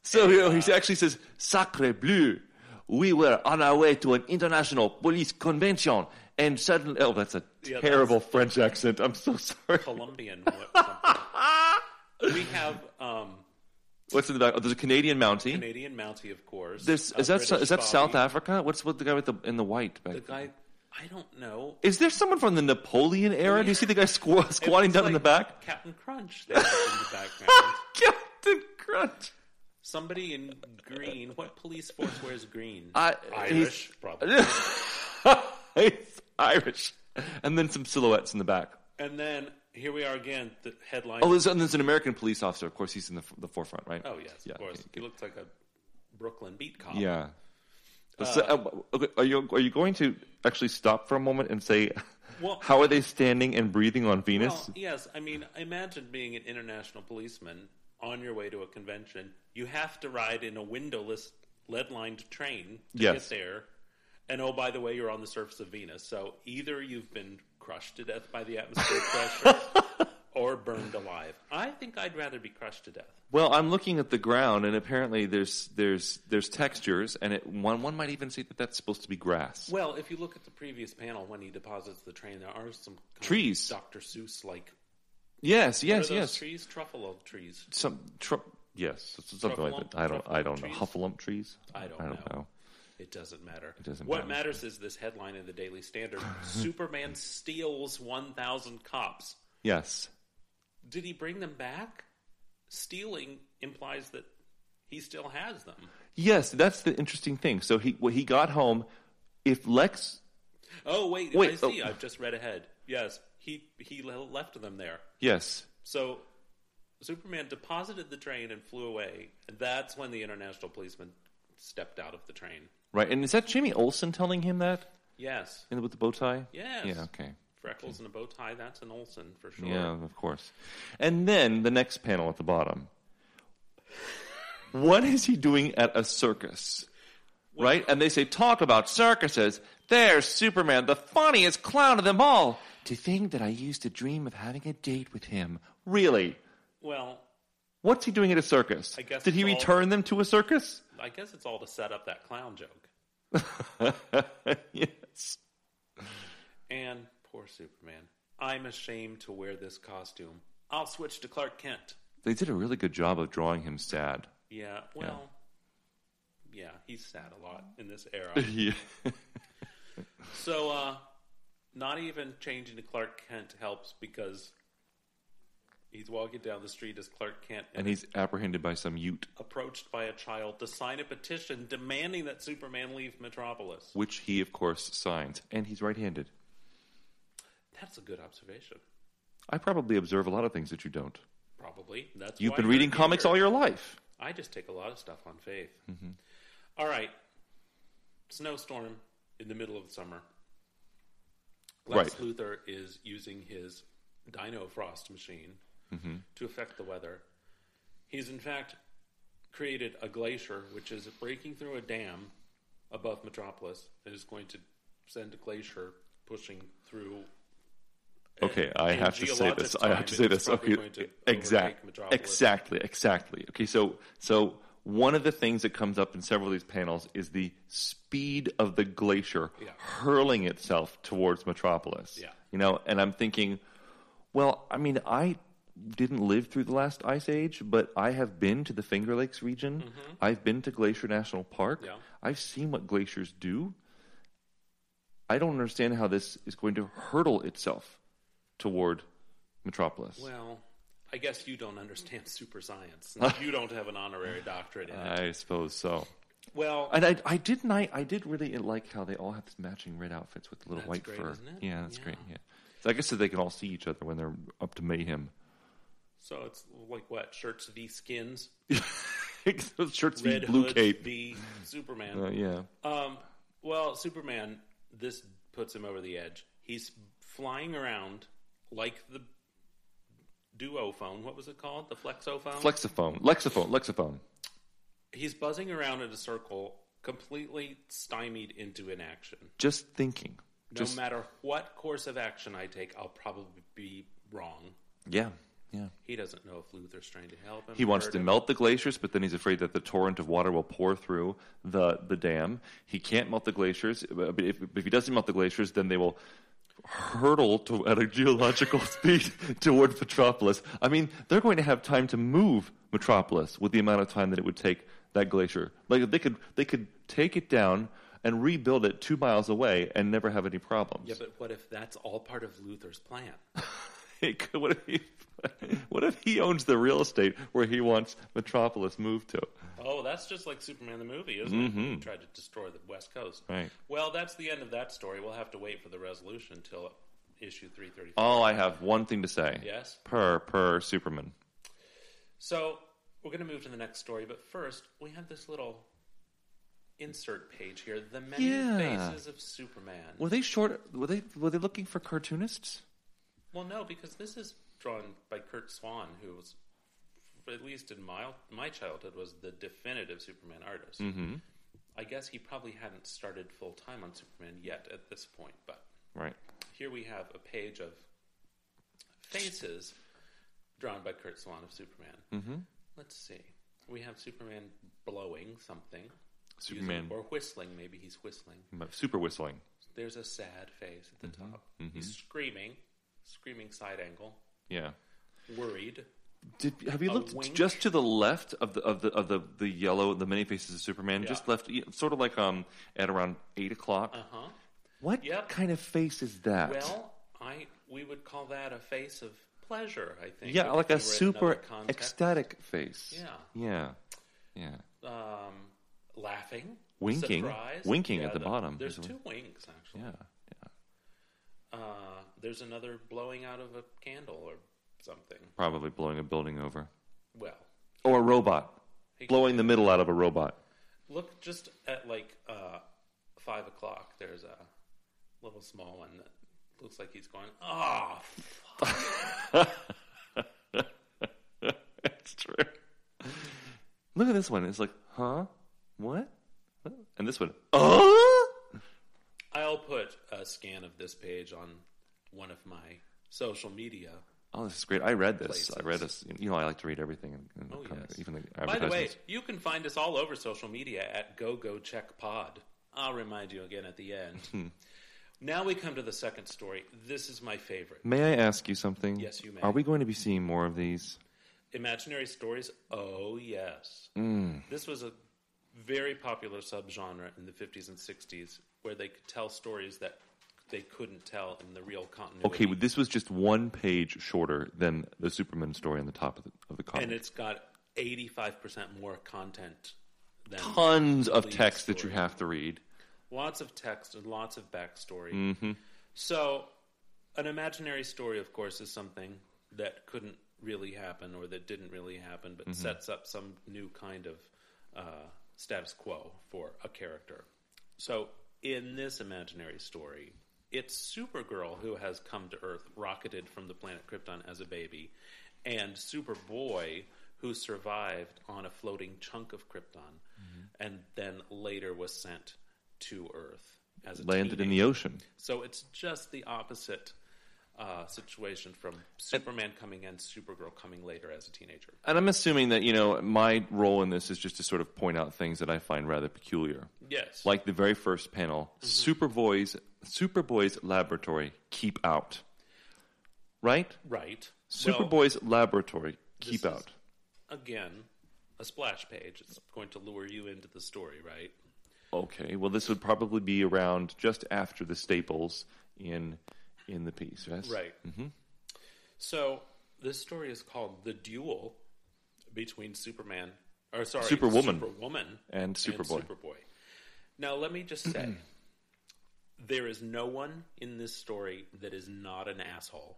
Speaker 5: So you know, he actually says, Sacre bleu! We were on our way to an international police convention, and suddenly, oh, that's a
Speaker 1: Yeah, that's-
Speaker 5: terrible French accent. I'm so sorry.
Speaker 1: Colombian. What, something. we have um,
Speaker 5: What's in the back? Oh, there's a Canadian Mountie.
Speaker 1: Canadian Mountie, of course.
Speaker 5: There's,
Speaker 1: a
Speaker 5: is that
Speaker 1: British
Speaker 5: is that
Speaker 1: Bobby.
Speaker 5: South Africa? What's with the guy with the in the white? Back
Speaker 1: The guy, I don't know.
Speaker 5: Is there someone from the Napoleon era? Do you see the guy squ-
Speaker 1: It
Speaker 5: squatting
Speaker 1: looks
Speaker 5: down in the
Speaker 1: like
Speaker 5: back?
Speaker 1: Captain Crunch there in the background.
Speaker 5: Captain Crunch.
Speaker 1: Somebody in green. What police force wears green?
Speaker 5: I-
Speaker 1: Irish, probably.
Speaker 5: He's Irish, and then some silhouettes in the back.
Speaker 1: And then here we are again. The headline.
Speaker 5: Oh, there's, and there's an American police officer. Of course, he's in the, f- the forefront, right?
Speaker 1: Oh, yes,
Speaker 5: yeah,
Speaker 1: of course. Uh,
Speaker 5: okay,
Speaker 1: He looks like a Brooklyn beat cop.
Speaker 5: Yeah. So, uh, okay, are you are you going to actually stop for a moment and say
Speaker 1: Well-
Speaker 5: how are they standing and breathing on Venus?
Speaker 1: Well, yes. I mean, imagine being an international policeman on your way to a convention. You have to ride in a windowless, lead-lined train to
Speaker 5: Yes.
Speaker 1: get there. And oh, by the way, you're on the surface of Venus. So either you've been crushed to death by the atmospheric pressure, or burned alive. I think I'd rather be crushed to death.
Speaker 5: Well, I'm looking at the ground, and apparently there's there's there's textures, and it, one one might even see that that's supposed to be grass.
Speaker 1: Well, if you look at the previous panel when he deposits the train, there are some kind of
Speaker 5: Trees.
Speaker 1: Dr. Seuss like What
Speaker 5: yes,
Speaker 1: are
Speaker 5: yes,
Speaker 1: those
Speaker 5: yes.
Speaker 1: trees, truffle trees.
Speaker 5: Some tr- yes, s- something like
Speaker 1: Truffalump-
Speaker 5: that. I don't I don't know.
Speaker 1: truffalump
Speaker 5: Huffalump trees.
Speaker 1: I don't know. It doesn't matter. It
Speaker 5: doesn't
Speaker 1: what
Speaker 5: matter.
Speaker 1: matters is this headline in the Daily Standard: Superman steals 1,000 cops.
Speaker 5: Yes,
Speaker 1: Did he bring them back? Stealing implies that he still has them.
Speaker 5: yes. That's the interesting thing. So he when he got home. If Lex
Speaker 1: Oh wait, I
Speaker 5: Wait,
Speaker 1: see.
Speaker 5: oh.
Speaker 1: I've just read ahead. Yes, he he le- left them there.
Speaker 5: yes
Speaker 1: So Superman deposited the train and flew away. And that's when the international policeman stepped out of the train.
Speaker 5: right, and is that Jimmy Olsen telling him that
Speaker 1: Yes.
Speaker 5: in, with the bow tie?
Speaker 1: Yes.
Speaker 5: Yeah. Okay.
Speaker 1: Freckles and a bow tie, that's an Olsen for sure.
Speaker 5: Yeah, of course. And then the next panel at the bottom. What is he doing at a circus? Right? And they say, talk about circuses. There's Superman, the funniest clown of them all. To think that I used to dream of having a date with him. Really?
Speaker 1: Well,
Speaker 5: What's he doing at a circus?
Speaker 1: I guess
Speaker 5: Did he
Speaker 1: it's all-
Speaker 5: return them to a circus?
Speaker 1: I guess it's all to set up that clown joke.
Speaker 5: yes.
Speaker 1: And poor Superman. I'm ashamed to wear this costume. I'll switch to Clark Kent.
Speaker 5: They did a really good job of drawing him sad.
Speaker 1: Yeah, well, yeah, he's sad a lot in this era.
Speaker 5: Yeah.
Speaker 1: So, uh, not even changing to Clark Kent helps because he's walking down the street as Clark Kent and,
Speaker 5: and he's apprehended by some ute,
Speaker 1: approached by a child to sign a petition demanding that Superman leave Metropolis.
Speaker 5: which he, of course, signs. And he's right handed.
Speaker 1: That's a good observation.
Speaker 5: I probably observe a lot of things that you don't.
Speaker 1: Probably. That's
Speaker 5: You've
Speaker 1: why
Speaker 5: been
Speaker 1: you're
Speaker 5: reading comics
Speaker 1: here.
Speaker 5: all your life.
Speaker 1: I just take a lot of stuff on faith.
Speaker 5: Mm-hmm.
Speaker 1: All right. Snowstorm in the middle of summer. Lex
Speaker 5: Right.
Speaker 1: Luthor is using his Dino Frost machine
Speaker 5: Mm-hmm.
Speaker 1: to affect the weather. He's, in fact, created a glacier which is breaking through a dam above Metropolis and is going to send a glacier pushing through
Speaker 5: Okay, I
Speaker 1: in
Speaker 5: have to say
Speaker 1: geologic
Speaker 5: this. I
Speaker 1: time,
Speaker 5: have to say
Speaker 1: it's
Speaker 5: this.
Speaker 1: probably
Speaker 5: Okay,
Speaker 1: going to overtake
Speaker 5: exact,
Speaker 1: Metropolis.
Speaker 5: exactly, exactly. Okay, so so one of the things that comes up in several of these panels is the speed of the glacier
Speaker 1: Yeah.
Speaker 5: hurling itself towards Metropolis.
Speaker 1: Yeah.
Speaker 5: you know, and I'm thinking, well, I mean, I didn't live through the last ice age, but I have been to the Finger Lakes region. I've been to Glacier National Park.
Speaker 1: Mm-hmm. Yeah.
Speaker 5: I've seen what glaciers do. I don't understand how this is going to hurtle itself toward Metropolis.
Speaker 1: Well, I guess you don't understand super science. and you don't have an honorary doctorate in it.
Speaker 5: I suppose so.
Speaker 1: Well,
Speaker 5: And I, I did, I, I did really like how they all have this matching red outfits with the little
Speaker 1: That's
Speaker 5: white
Speaker 1: great,
Speaker 5: fur.
Speaker 1: isn't it?
Speaker 5: Yeah, that's
Speaker 1: Yeah.
Speaker 5: great. Yeah, so I guess so they can all see each other when they're up to mayhem.
Speaker 1: so it's like what shirts v skins,
Speaker 5: Those shirts,
Speaker 1: red
Speaker 5: with blue
Speaker 1: hoods
Speaker 5: cape.
Speaker 1: v Superman.
Speaker 5: Uh, yeah,
Speaker 1: Um, well, Superman, this puts him over the edge. He's flying around like the duophone. What was it called? The flexophone.
Speaker 5: flexophone, lexophone, lexophone.
Speaker 1: He's buzzing around in a circle, completely stymied into inaction.
Speaker 5: Just thinking.
Speaker 1: No
Speaker 5: Just
Speaker 1: matter what course of action I take, I'll probably be wrong.
Speaker 5: yeah. Yeah.
Speaker 1: He doesn't know if Luther's trying to help him.
Speaker 5: He wants
Speaker 1: hurt
Speaker 5: to
Speaker 1: him.
Speaker 5: melt the glaciers, but then he's afraid that the torrent of water will pour through the, the dam. He can't melt the glaciers. uh, But if, if he doesn't melt the glaciers, then they will hurtle to, at a geological speed toward Metropolis. I mean, they're going to have time to move Metropolis with the amount of time that it would take that glacier. Like they could they could take it down and rebuild it two miles away and never have any problems.
Speaker 1: Yeah, but what if that's all part of Luther's plan?
Speaker 5: Hey, could- what if he what if he owns the real estate where he wants Metropolis moved to?
Speaker 1: Oh, that's just like Superman the movie, isn't it? He tried to destroy the West Coast.
Speaker 5: Mm-hmm. Right.
Speaker 1: Well, that's the end of that story. We'll have to wait for the resolution until issue 333.
Speaker 5: Oh, I have one thing to say.
Speaker 1: Yes?
Speaker 5: Per per Superman.
Speaker 1: So we're going to move to the next story, but first we have this little insert page here: the many
Speaker 5: Yeah.
Speaker 1: faces of Superman.
Speaker 5: Were they short? Were they were they looking for cartoonists?
Speaker 1: Well, no, because this is drawn by Kurt Swan, who was, at least in my my childhood, was the definitive Superman artist. Mm-hmm. I guess he probably hadn't started full time on Superman yet at this point, but
Speaker 5: Right.
Speaker 1: here we have a page of faces drawn by Kurt Swan of Superman. Mm-hmm. Let's see. We have Superman blowing something. using-
Speaker 5: Superman.
Speaker 1: or whistling. Maybe he's whistling.
Speaker 5: Super whistling.
Speaker 1: There's a sad face at the top. He's screaming, screaming side angle,
Speaker 5: Yeah.
Speaker 1: worried.
Speaker 5: Did, have you
Speaker 1: A
Speaker 5: looked
Speaker 1: wink.
Speaker 5: just to the left of the of the of the, the yellow the many faces of Superman?
Speaker 1: Yeah.
Speaker 5: Just left, y- sort of like um at around eight o'clock.
Speaker 1: Uh huh.
Speaker 5: What
Speaker 1: Yep.
Speaker 5: kind of face is that?
Speaker 1: Well, I we would call that a face of pleasure. I think.
Speaker 5: yeah,
Speaker 1: if
Speaker 5: like
Speaker 1: we
Speaker 5: a
Speaker 1: were in
Speaker 5: super
Speaker 1: another context.
Speaker 5: ecstatic face.
Speaker 1: Yeah.
Speaker 5: Yeah. Yeah.
Speaker 1: um, laughing,
Speaker 5: Winking.
Speaker 1: surprise.
Speaker 5: Winking at the
Speaker 1: there-
Speaker 5: bottom
Speaker 1: There's
Speaker 5: is a-
Speaker 1: two winks actually.
Speaker 5: Yeah.
Speaker 1: Uh, there's another blowing out of a candle or something.
Speaker 5: Probably blowing a building over.
Speaker 1: Well,
Speaker 5: Or a robot. Blowing the middle out of a robot.
Speaker 1: look just at like uh, five o'clock. There's a little small one that looks like he's going. Ah,
Speaker 5: That's true. Look at this one. It's like, huh? What? And this one, uh?
Speaker 1: I'll put a scan of this page on one of my social media.
Speaker 5: Oh, this is great. I read this.
Speaker 1: Places.
Speaker 5: I read this. You know, I like to read everything. in- in
Speaker 1: Oh
Speaker 5: comics,
Speaker 1: yes.
Speaker 5: Even the
Speaker 1: By the
Speaker 5: advertisements.
Speaker 1: way, you can find us all over social media at Go Go Check Pod. I'll remind you again at the
Speaker 5: Hmm.
Speaker 1: end. now we come to the second story. This is my favorite.
Speaker 5: May I ask you something?
Speaker 1: Yes, you may.
Speaker 5: Are we going to be seeing more of these?
Speaker 1: Imaginary stories. Oh yes.
Speaker 5: Hmm.
Speaker 1: This was a very popular subgenre in the 50s and 60s where they could tell stories that they couldn't tell in the real continuity.
Speaker 5: Okay, well, this was just one page shorter than the Superman story on the top of the, of the comic.
Speaker 1: and it's got 85% more content than
Speaker 5: tons of
Speaker 1: Lead
Speaker 5: text that you
Speaker 1: story.
Speaker 5: have to read.
Speaker 1: lots of text and lots of backstory. So, an imaginary story, of course, is something that couldn't really happen or that didn't really happen, but
Speaker 5: Mm-hmm.
Speaker 1: sets up some new kind of uh, status quo for a character. So, in this imaginary story, it's Supergirl who has come to Earth, rocketed from the planet Krypton as a baby, and Superboy who survived on a floating chunk of Krypton
Speaker 5: Mm-hmm.
Speaker 1: and then later was sent to Earth as a
Speaker 5: Landed in
Speaker 1: teenager.
Speaker 5: the ocean.
Speaker 1: So it's just the opposite uh, situation from Superman coming in, Supergirl coming later as a teenager.
Speaker 5: And I'm assuming that, you know, my role in this is just to sort of point out things that I find rather peculiar.
Speaker 1: Yes.
Speaker 5: Like the very first panel,
Speaker 1: Mm-hmm.
Speaker 5: Superboy's Superboy's laboratory keep out. Right?
Speaker 1: right. Well,
Speaker 5: Superboy's laboratory keep
Speaker 1: this is-
Speaker 5: out.
Speaker 1: again, a splash page. It's going to lure you into the story, right?
Speaker 5: Okay. Well, this would probably be around just after the staples in in the piece, yes?
Speaker 1: Right. Mm-hmm. So this story is called "The Duel Between Superman," or sorry,
Speaker 5: Superwoman.
Speaker 1: Superwoman,
Speaker 5: And Superboy.
Speaker 1: Superboy. Now, let me just say, there is no one in this story that is not an asshole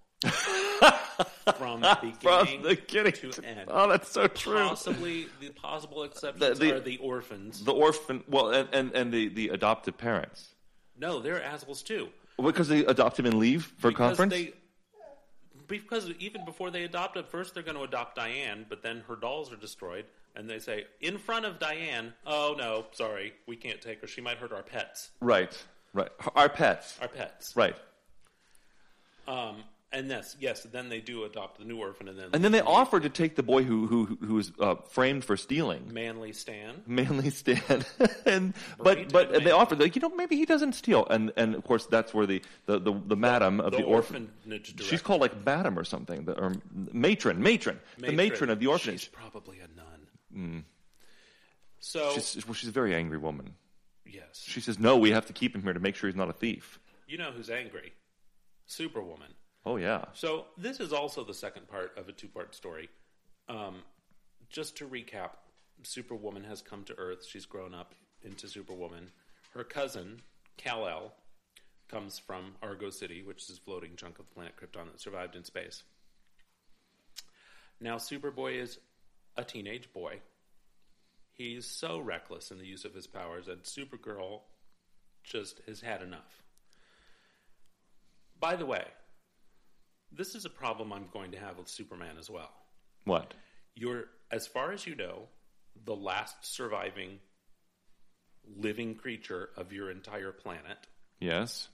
Speaker 1: from beginning,
Speaker 5: From the beginning
Speaker 1: to
Speaker 5: to-
Speaker 1: end.
Speaker 5: Oh, that's so true.
Speaker 1: Possibly the possible
Speaker 5: The-
Speaker 1: exceptions
Speaker 5: the-
Speaker 1: are the orphans.
Speaker 5: The orphan, well, and, and, and the, the adoptive parents.
Speaker 1: no, they're assholes too.
Speaker 5: Because they adopt him and leave for
Speaker 1: Because
Speaker 5: conference?
Speaker 1: They, because even before they adopt it, first they're going to adopt Diane, but then her dolls are destroyed, and they say, in front of Diane, oh no, sorry, we can't take her. She might hurt our pets.
Speaker 5: Right, right. Our pets.
Speaker 1: Our pets.
Speaker 5: Right.
Speaker 1: Um, And yes, yes, then they do adopt the new orphan, and then
Speaker 5: And then they offered to take the boy who who who was uh, framed for stealing,
Speaker 1: Manly Stan.
Speaker 5: Manly Stan, and but but
Speaker 1: Braindead
Speaker 5: they
Speaker 1: Man.
Speaker 5: offered like you know maybe he doesn't steal, and and of course that's where the the the, the madam of the,
Speaker 1: the
Speaker 5: orphan.
Speaker 1: orphanage director.
Speaker 5: She's called like madam or something, the, or matron, matron, the matron of the orphanage. Hmm.
Speaker 1: She's probably a nun. So
Speaker 5: She's, well, she's a very angry woman.
Speaker 1: yes,
Speaker 5: She says, "No, we have to keep him here to make sure he's not a thief."
Speaker 1: you know who's angry? Superwoman.
Speaker 5: Oh yeah,
Speaker 1: So this is also the second part of a two-part story. Um, just to recap, Superwoman has come to Earth. She's grown up into Superwoman. Her cousin Kal El comes from Argo City, which is a floating chunk of the planet Krypton that survived in space. Now Superboy is a teenage boy. He's so reckless in the use of his powers, and Supergirl just has had enough. By the way, this is a problem I'm going to have with Superman as well.
Speaker 5: what?
Speaker 1: You're, as far as you know, the last surviving living creature of your entire planet.
Speaker 5: Yes,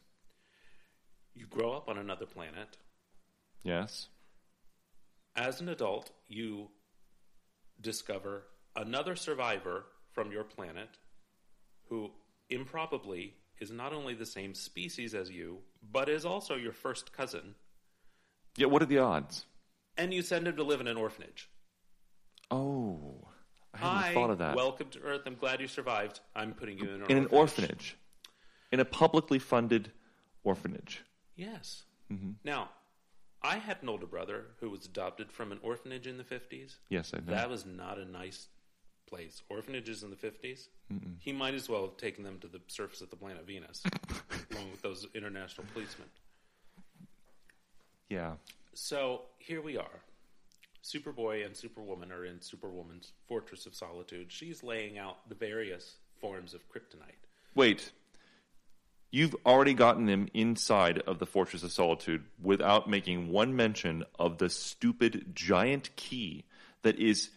Speaker 1: You grow up on another planet.
Speaker 5: yes.
Speaker 1: As an adult, you discover another survivor from your planet who improbably is not only the same species as you, but is also your first cousin,
Speaker 5: Yeah. What are the odds?
Speaker 1: and you send him to live in an orphanage.
Speaker 5: Oh, I hadn't
Speaker 1: Hi,
Speaker 5: thought of that.
Speaker 1: Welcome to Earth. I'm glad you survived. I'm putting you in an
Speaker 5: in an
Speaker 1: orphanage.
Speaker 5: orphanage, in a publicly funded orphanage.
Speaker 1: Yes.
Speaker 5: Mm-hmm.
Speaker 1: Now, I had an older brother who was adopted from an orphanage in the 50s.
Speaker 5: Yes, I know.
Speaker 1: That was not a nice place. Orphanages in the 50s, he might as well have taken them to the surface of the planet Venus, along with those international policemen.
Speaker 5: yeah,
Speaker 1: So here we are. Superboy and Superwoman are in Superwoman's Fortress of Solitude. She's laying out the various forms of kryptonite.
Speaker 5: Wait. You've already gotten him inside of the Fortress of Solitude without making one mention of the stupid giant key that is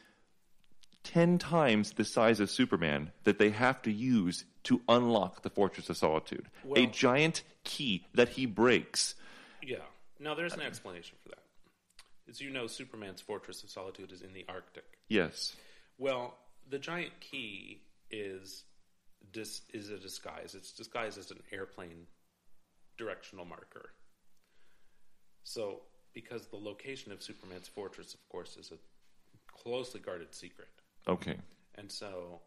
Speaker 5: 10 times the size of Superman that they have to use to unlock the Fortress of Solitude. a
Speaker 1: Well-
Speaker 5: giant key that he breaks.
Speaker 1: Yeah. Now, there's an explanation for that. As you know, Superman's Fortress of Solitude is in the Arctic.
Speaker 5: Yes.
Speaker 1: Well, the giant key is dis- is a disguise. It's disguised as an airplane directional marker. So, because the location of Superman's fortress, of course, is a closely guarded secret,
Speaker 5: Okay.
Speaker 1: and so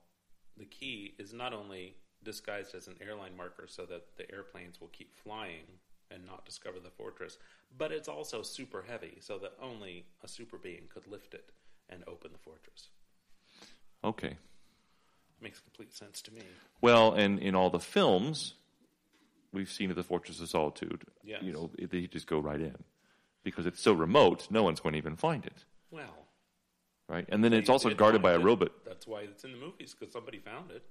Speaker 1: the key is not only disguised as an airline marker so that the airplanes will keep flying and not discover the fortress, but it's also super heavy so that only a super being could lift it and open the fortress.
Speaker 5: Okay.
Speaker 1: Makes complete sense to me.
Speaker 5: Well, and in all the films we've seen of the Fortress of Solitude,
Speaker 1: Yes.
Speaker 5: you know, it- they just go right in because it's so remote, no one's going to even find it,
Speaker 1: Well,
Speaker 5: right? And then it's
Speaker 1: they
Speaker 5: also
Speaker 1: did
Speaker 5: guarded by a
Speaker 1: find it.
Speaker 5: robot. Hmm.
Speaker 1: That's why it's in the movies because somebody found it.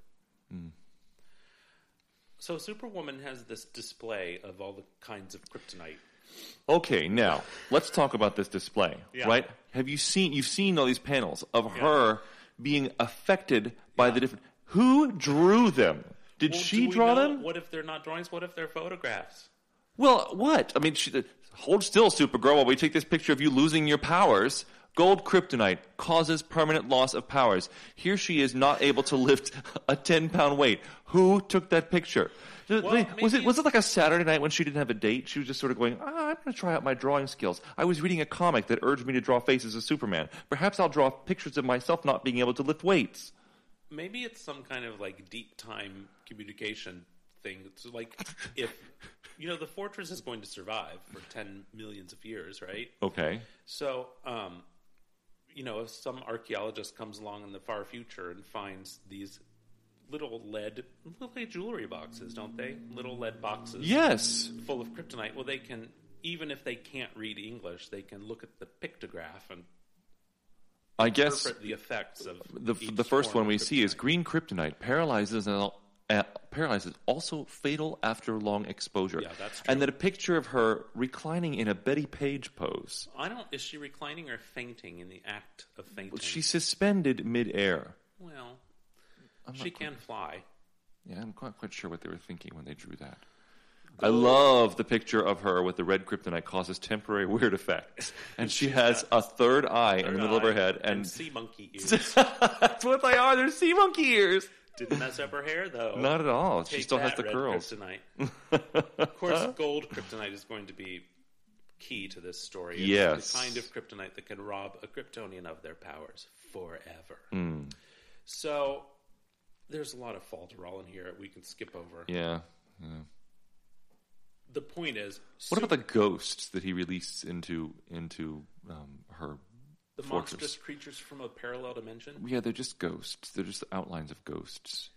Speaker 1: So Superwoman has this display of all the kinds of kryptonite.
Speaker 5: Okay, now let's talk about this display,
Speaker 1: Yeah.
Speaker 5: right? Have you seen? You've seen all these panels of her being affected by the different. Who drew them? Did
Speaker 1: Well,
Speaker 5: she
Speaker 1: do we
Speaker 5: draw
Speaker 1: know-
Speaker 5: them?
Speaker 1: What if they're not drawings? What if they're photographs?
Speaker 5: Well, what? I mean, she, hold still, Supergirl, while we take this picture of you losing your powers. Gold kryptonite causes permanent loss of powers. Here she is not able to lift a 10 pound weight. Who took that picture? Th-
Speaker 1: Well,
Speaker 5: they- was,
Speaker 1: maybe
Speaker 5: it, was it like a Saturday night when she didn't have a date? She was just sort of going, ah, I'm going to try out my drawing skills. I was reading a comic that urged me to draw faces of Superman. Perhaps I'll draw pictures of myself not being able to lift weights.
Speaker 1: Maybe it's some kind of like deep time communication thing. It's like if you know the fortress is going to survive for ten millions of years, right?
Speaker 5: Okay.
Speaker 1: So, um, you know, if some archaeologist comes along in the far future and finds these little lead, look like jewelry boxes, don't they? Little lead boxes
Speaker 5: Yes.
Speaker 1: full of kryptonite. Well, they can, even if they can't read English, they can look at the pictograph and
Speaker 5: I guess.
Speaker 1: interpret the effects of
Speaker 5: the
Speaker 1: each
Speaker 5: the first
Speaker 1: form of
Speaker 5: one we see is
Speaker 1: kryptonite.
Speaker 5: green kryptonite paralyzes and al- uh, paralyzes also fatal after long exposure.
Speaker 1: Yeah, that's
Speaker 5: And then a picture of her reclining in a Betty Page pose.
Speaker 1: I don't. Is she reclining or fainting in the act of fainting?
Speaker 5: She's suspended midair.
Speaker 1: well. She can fly.
Speaker 5: Yeah, I'm not quite sure what they were thinking when they drew that. I love the picture of her with the red kryptonite causes temporary weird effects, and she has a third eye in the middle of her head, and
Speaker 1: sea monkey ears.
Speaker 5: that's what they are. They're sea monkey ears.
Speaker 1: Didn't mess up her hair though.
Speaker 5: Not at all. she
Speaker 1: Oh. Take
Speaker 5: still has
Speaker 1: that,
Speaker 5: the
Speaker 1: red
Speaker 5: curls.
Speaker 1: Kryptonite. of course, gold kryptonite is going to be key to this story. It's
Speaker 5: Yes.
Speaker 1: the kind of kryptonite that can rob a Kryptonian of their powers forever.
Speaker 5: Hmm.
Speaker 1: So there's a lot of falderall in here. We can skip over.
Speaker 5: Yeah.
Speaker 1: The point is,
Speaker 5: What
Speaker 1: super-
Speaker 5: about the ghosts that he released into into um, her?
Speaker 1: the
Speaker 5: fortress?
Speaker 1: monstrous creatures from a parallel dimension?
Speaker 5: Yeah, they're just ghosts. They're just outlines of ghosts.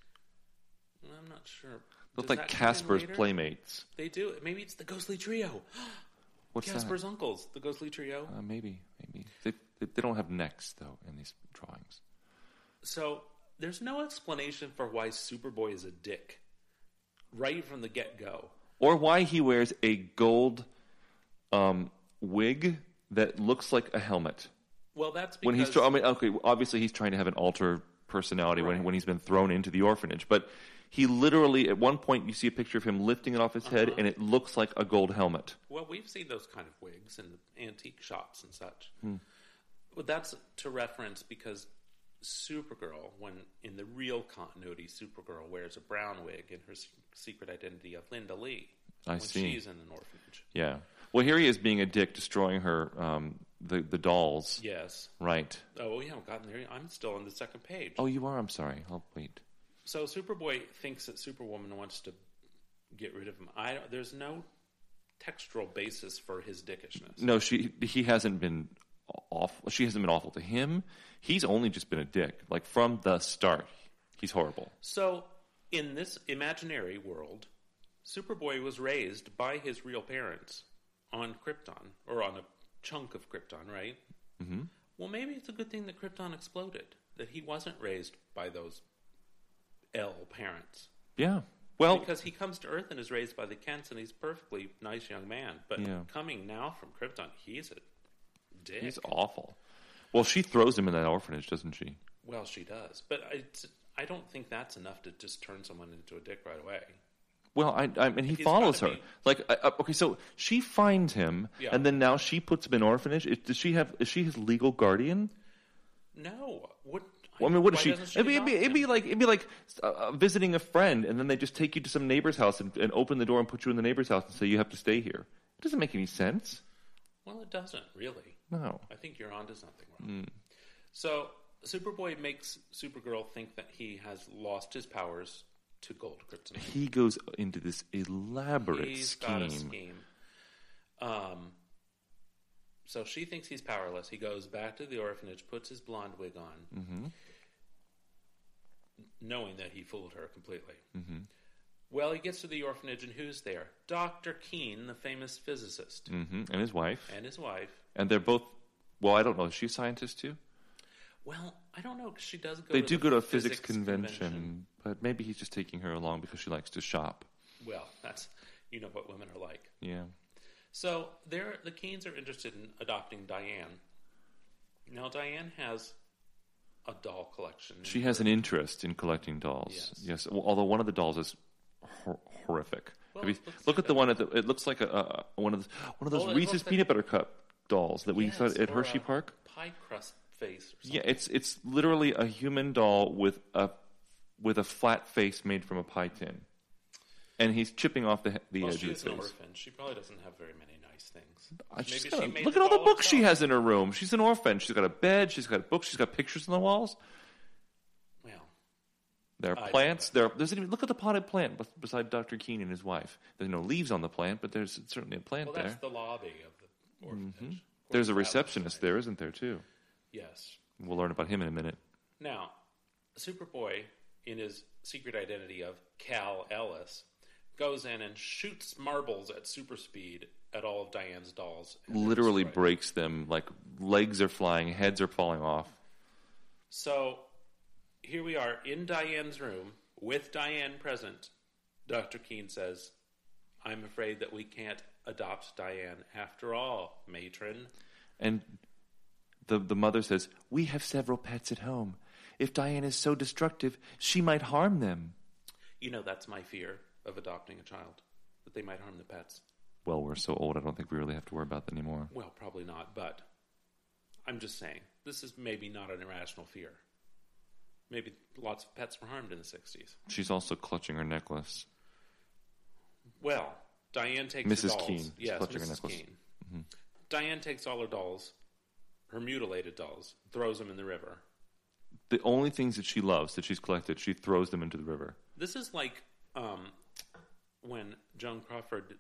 Speaker 1: I'm not sure.
Speaker 5: They look
Speaker 1: Does
Speaker 5: like
Speaker 1: that come in
Speaker 5: Casper's
Speaker 1: later?
Speaker 5: playmates.
Speaker 1: They do. Maybe it's the Ghostly Trio.
Speaker 5: What's
Speaker 1: Casper's
Speaker 5: that?
Speaker 1: uncles, the Ghostly Trio.
Speaker 5: Uh, maybe, maybe they, they they don't have necks though in these drawings.
Speaker 1: So there's no explanation for why Superboy is a dick right from the get go.
Speaker 5: or why he wears a gold um, wig that looks like a helmet
Speaker 1: Well, that's because
Speaker 5: when he's. Tr- I mean, okay, obviously he's trying to have an alter personality when when he's been thrown into the orphanage, but he literally at one point you see a picture of him lifting it off his
Speaker 1: Uh-huh.
Speaker 5: head, and it looks like a gold helmet.
Speaker 1: well, we've seen those kind of wigs in antique shops and such.
Speaker 5: Hmm.
Speaker 1: Well, that's to reference because Supergirl, when in the real continuity, Supergirl wears a brown wig in her se- secret identity of Linda Lee
Speaker 5: I
Speaker 1: when
Speaker 5: see.
Speaker 1: she's in an orphanage.
Speaker 5: Yeah. Well, here he is being a dick, destroying her um, the the dolls.
Speaker 1: Yes.
Speaker 5: Right.
Speaker 1: Oh, we haven't gotten there. yet. I'm still on the second page.
Speaker 5: Oh, you are. I'm sorry. I'll wait.
Speaker 1: So Superboy thinks that Superwoman wants to get rid of him. I don't, there's no textual basis for his dickishness.
Speaker 5: No, she he hasn't been awful. She hasn't been awful to him. He's only just been a dick, like from the start. He's horrible.
Speaker 1: So in this imaginary world, Superboy was raised by his real parents on Krypton or on a chunk of Krypton, right? Mm-hmm. Well, maybe it's a good thing that Krypton exploded. That he wasn't raised by those L parents.
Speaker 5: Yeah. Well,
Speaker 1: because he comes to Earth and is raised by the Kents, and he's a perfectly nice young man. But
Speaker 5: Yeah.
Speaker 1: coming now from Krypton, he's a dick.
Speaker 5: he's awful. Well, she throws him in that orphanage, doesn't she?
Speaker 1: well, she does, but it's, I don't think that's enough to just turn someone into a dick right away.
Speaker 5: Well, I, I mean, he
Speaker 1: He's
Speaker 5: follows her.
Speaker 1: gotta be-
Speaker 5: Like, I, I- okay, so she finds him,
Speaker 1: Yeah.
Speaker 5: and then now she puts him in orphanage. Is, does she have? Is she his legal guardian?
Speaker 1: No, what?
Speaker 5: Well, I mean, what
Speaker 1: why
Speaker 5: if she?
Speaker 1: doesn't
Speaker 5: it'd, be, it'd, be,
Speaker 1: adopt
Speaker 5: it'd be
Speaker 1: him?
Speaker 5: like it'd be like uh, uh, visiting a friend, and then they just take you to some neighbor's house and, and open the door and put you in the neighbor's house and say you have to stay here. It doesn't make any sense.
Speaker 1: well, it doesn't really.
Speaker 5: No.
Speaker 1: I think you're onto something. Ron.
Speaker 5: Mm.
Speaker 1: So Superboy makes Supergirl think that he has lost his powers to gold kryptonite.
Speaker 5: He goes into this elaborate
Speaker 1: He's
Speaker 5: scheme.
Speaker 1: got a scheme. Um, so she thinks he's powerless. He goes back to the orphanage, puts his blonde wig on,
Speaker 5: Mm-hmm.
Speaker 1: knowing that he fooled her completely.
Speaker 5: Mm-hmm.
Speaker 1: Well, he gets to the orphanage, and who's there? Dr. Keene, the famous physicist,
Speaker 5: hmm And his wife.
Speaker 1: and his wife.
Speaker 5: And they're both, well, I don't know. Is she a scientist too?
Speaker 1: Well, I don't know 'cause she does go.
Speaker 5: They
Speaker 1: to
Speaker 5: do
Speaker 1: the
Speaker 5: go to a physics, convention, but maybe he's just taking her along because she likes to shop.
Speaker 1: Well, that's you know what women are like.
Speaker 5: Yeah.
Speaker 1: So there, the Keynes are interested in adopting Diane. Now Diane has a doll collection.
Speaker 5: She has an interest in collecting dolls.
Speaker 1: Yes.
Speaker 5: Well, Although one of the dolls is hor- horrific.
Speaker 1: Well,
Speaker 5: Have you-
Speaker 1: it looks
Speaker 5: look
Speaker 1: like
Speaker 5: at the
Speaker 1: a-
Speaker 5: one at the, it looks like a, a a- one of those, one of those
Speaker 1: Oh, it
Speaker 5: Reese's
Speaker 1: looks like-
Speaker 5: peanut butter cup dolls that we
Speaker 1: Yes,
Speaker 5: saw at
Speaker 1: or
Speaker 5: Hershey
Speaker 1: a
Speaker 5: Park.
Speaker 1: Pie crust face. Or something.
Speaker 5: Yeah, it's it's literally a human doll with a with a flat face made from a pie tin, and he's chipping off the the
Speaker 1: Well,
Speaker 5: edge of
Speaker 1: she's
Speaker 5: his
Speaker 1: an
Speaker 5: face.
Speaker 1: orphan. She probably doesn't have very many nice things.
Speaker 5: I just
Speaker 1: Maybe
Speaker 5: gotta-
Speaker 1: she made
Speaker 5: look at all the
Speaker 1: doll
Speaker 5: books she
Speaker 1: herself.
Speaker 5: has in her room. She's an orphan. She's got a bed. She's got books. She's got pictures on the walls.
Speaker 1: Well,
Speaker 5: There
Speaker 1: I
Speaker 5: are
Speaker 1: don't
Speaker 5: plants. There are, there's even look at the potted plant bes- beside Doctor Keene and his wife. There's no leaves on the plant, but there's certainly a plant
Speaker 1: well, that's
Speaker 5: there. Mm-hmm.
Speaker 1: the lobby of the orphanage. Of
Speaker 5: There's a
Speaker 1: course, that was
Speaker 5: receptionist there, isn't there too?
Speaker 1: nice. Yes.
Speaker 5: We'll learn about him in a minute.
Speaker 1: Now, Superboy, in his secret identity of Cal Ellis, goes in and shoots marbles at super speed at all of Diane's dolls. and they're
Speaker 5: Literally
Speaker 1: destroyed.
Speaker 5: breaks them. Like legs are flying, heads are falling off.
Speaker 1: So here we are in Diane's room with Diane present. Dr. Keene says, I'm afraid that we can't adopt Diane after all, matron.
Speaker 5: And the, the mother says, We have several pets at home. If Diane is so destructive, she might harm them.
Speaker 1: You know, that's my fear of adopting a child that they might harm the pets.
Speaker 5: Well, we're so old, I don't think we really have to worry about that anymore.
Speaker 1: Well, probably not, but I'm just saying, this is maybe not an irrational fear. Maybe lots of pets were harmed in the 60s.
Speaker 5: She's also clutching her necklace.
Speaker 1: Well, Diane takes
Speaker 5: Mrs.
Speaker 1: her dolls.
Speaker 5: Keene. She's
Speaker 1: Yes,
Speaker 5: clutching her Mm-hmm.
Speaker 1: Mrs.
Speaker 5: necklace.
Speaker 1: Keene. Diane takes all her dolls, her mutilated dolls, throws them in the river.
Speaker 5: The only things that she loves that she's collected, she throws them into the river.
Speaker 1: This is like um, when Joan Crawford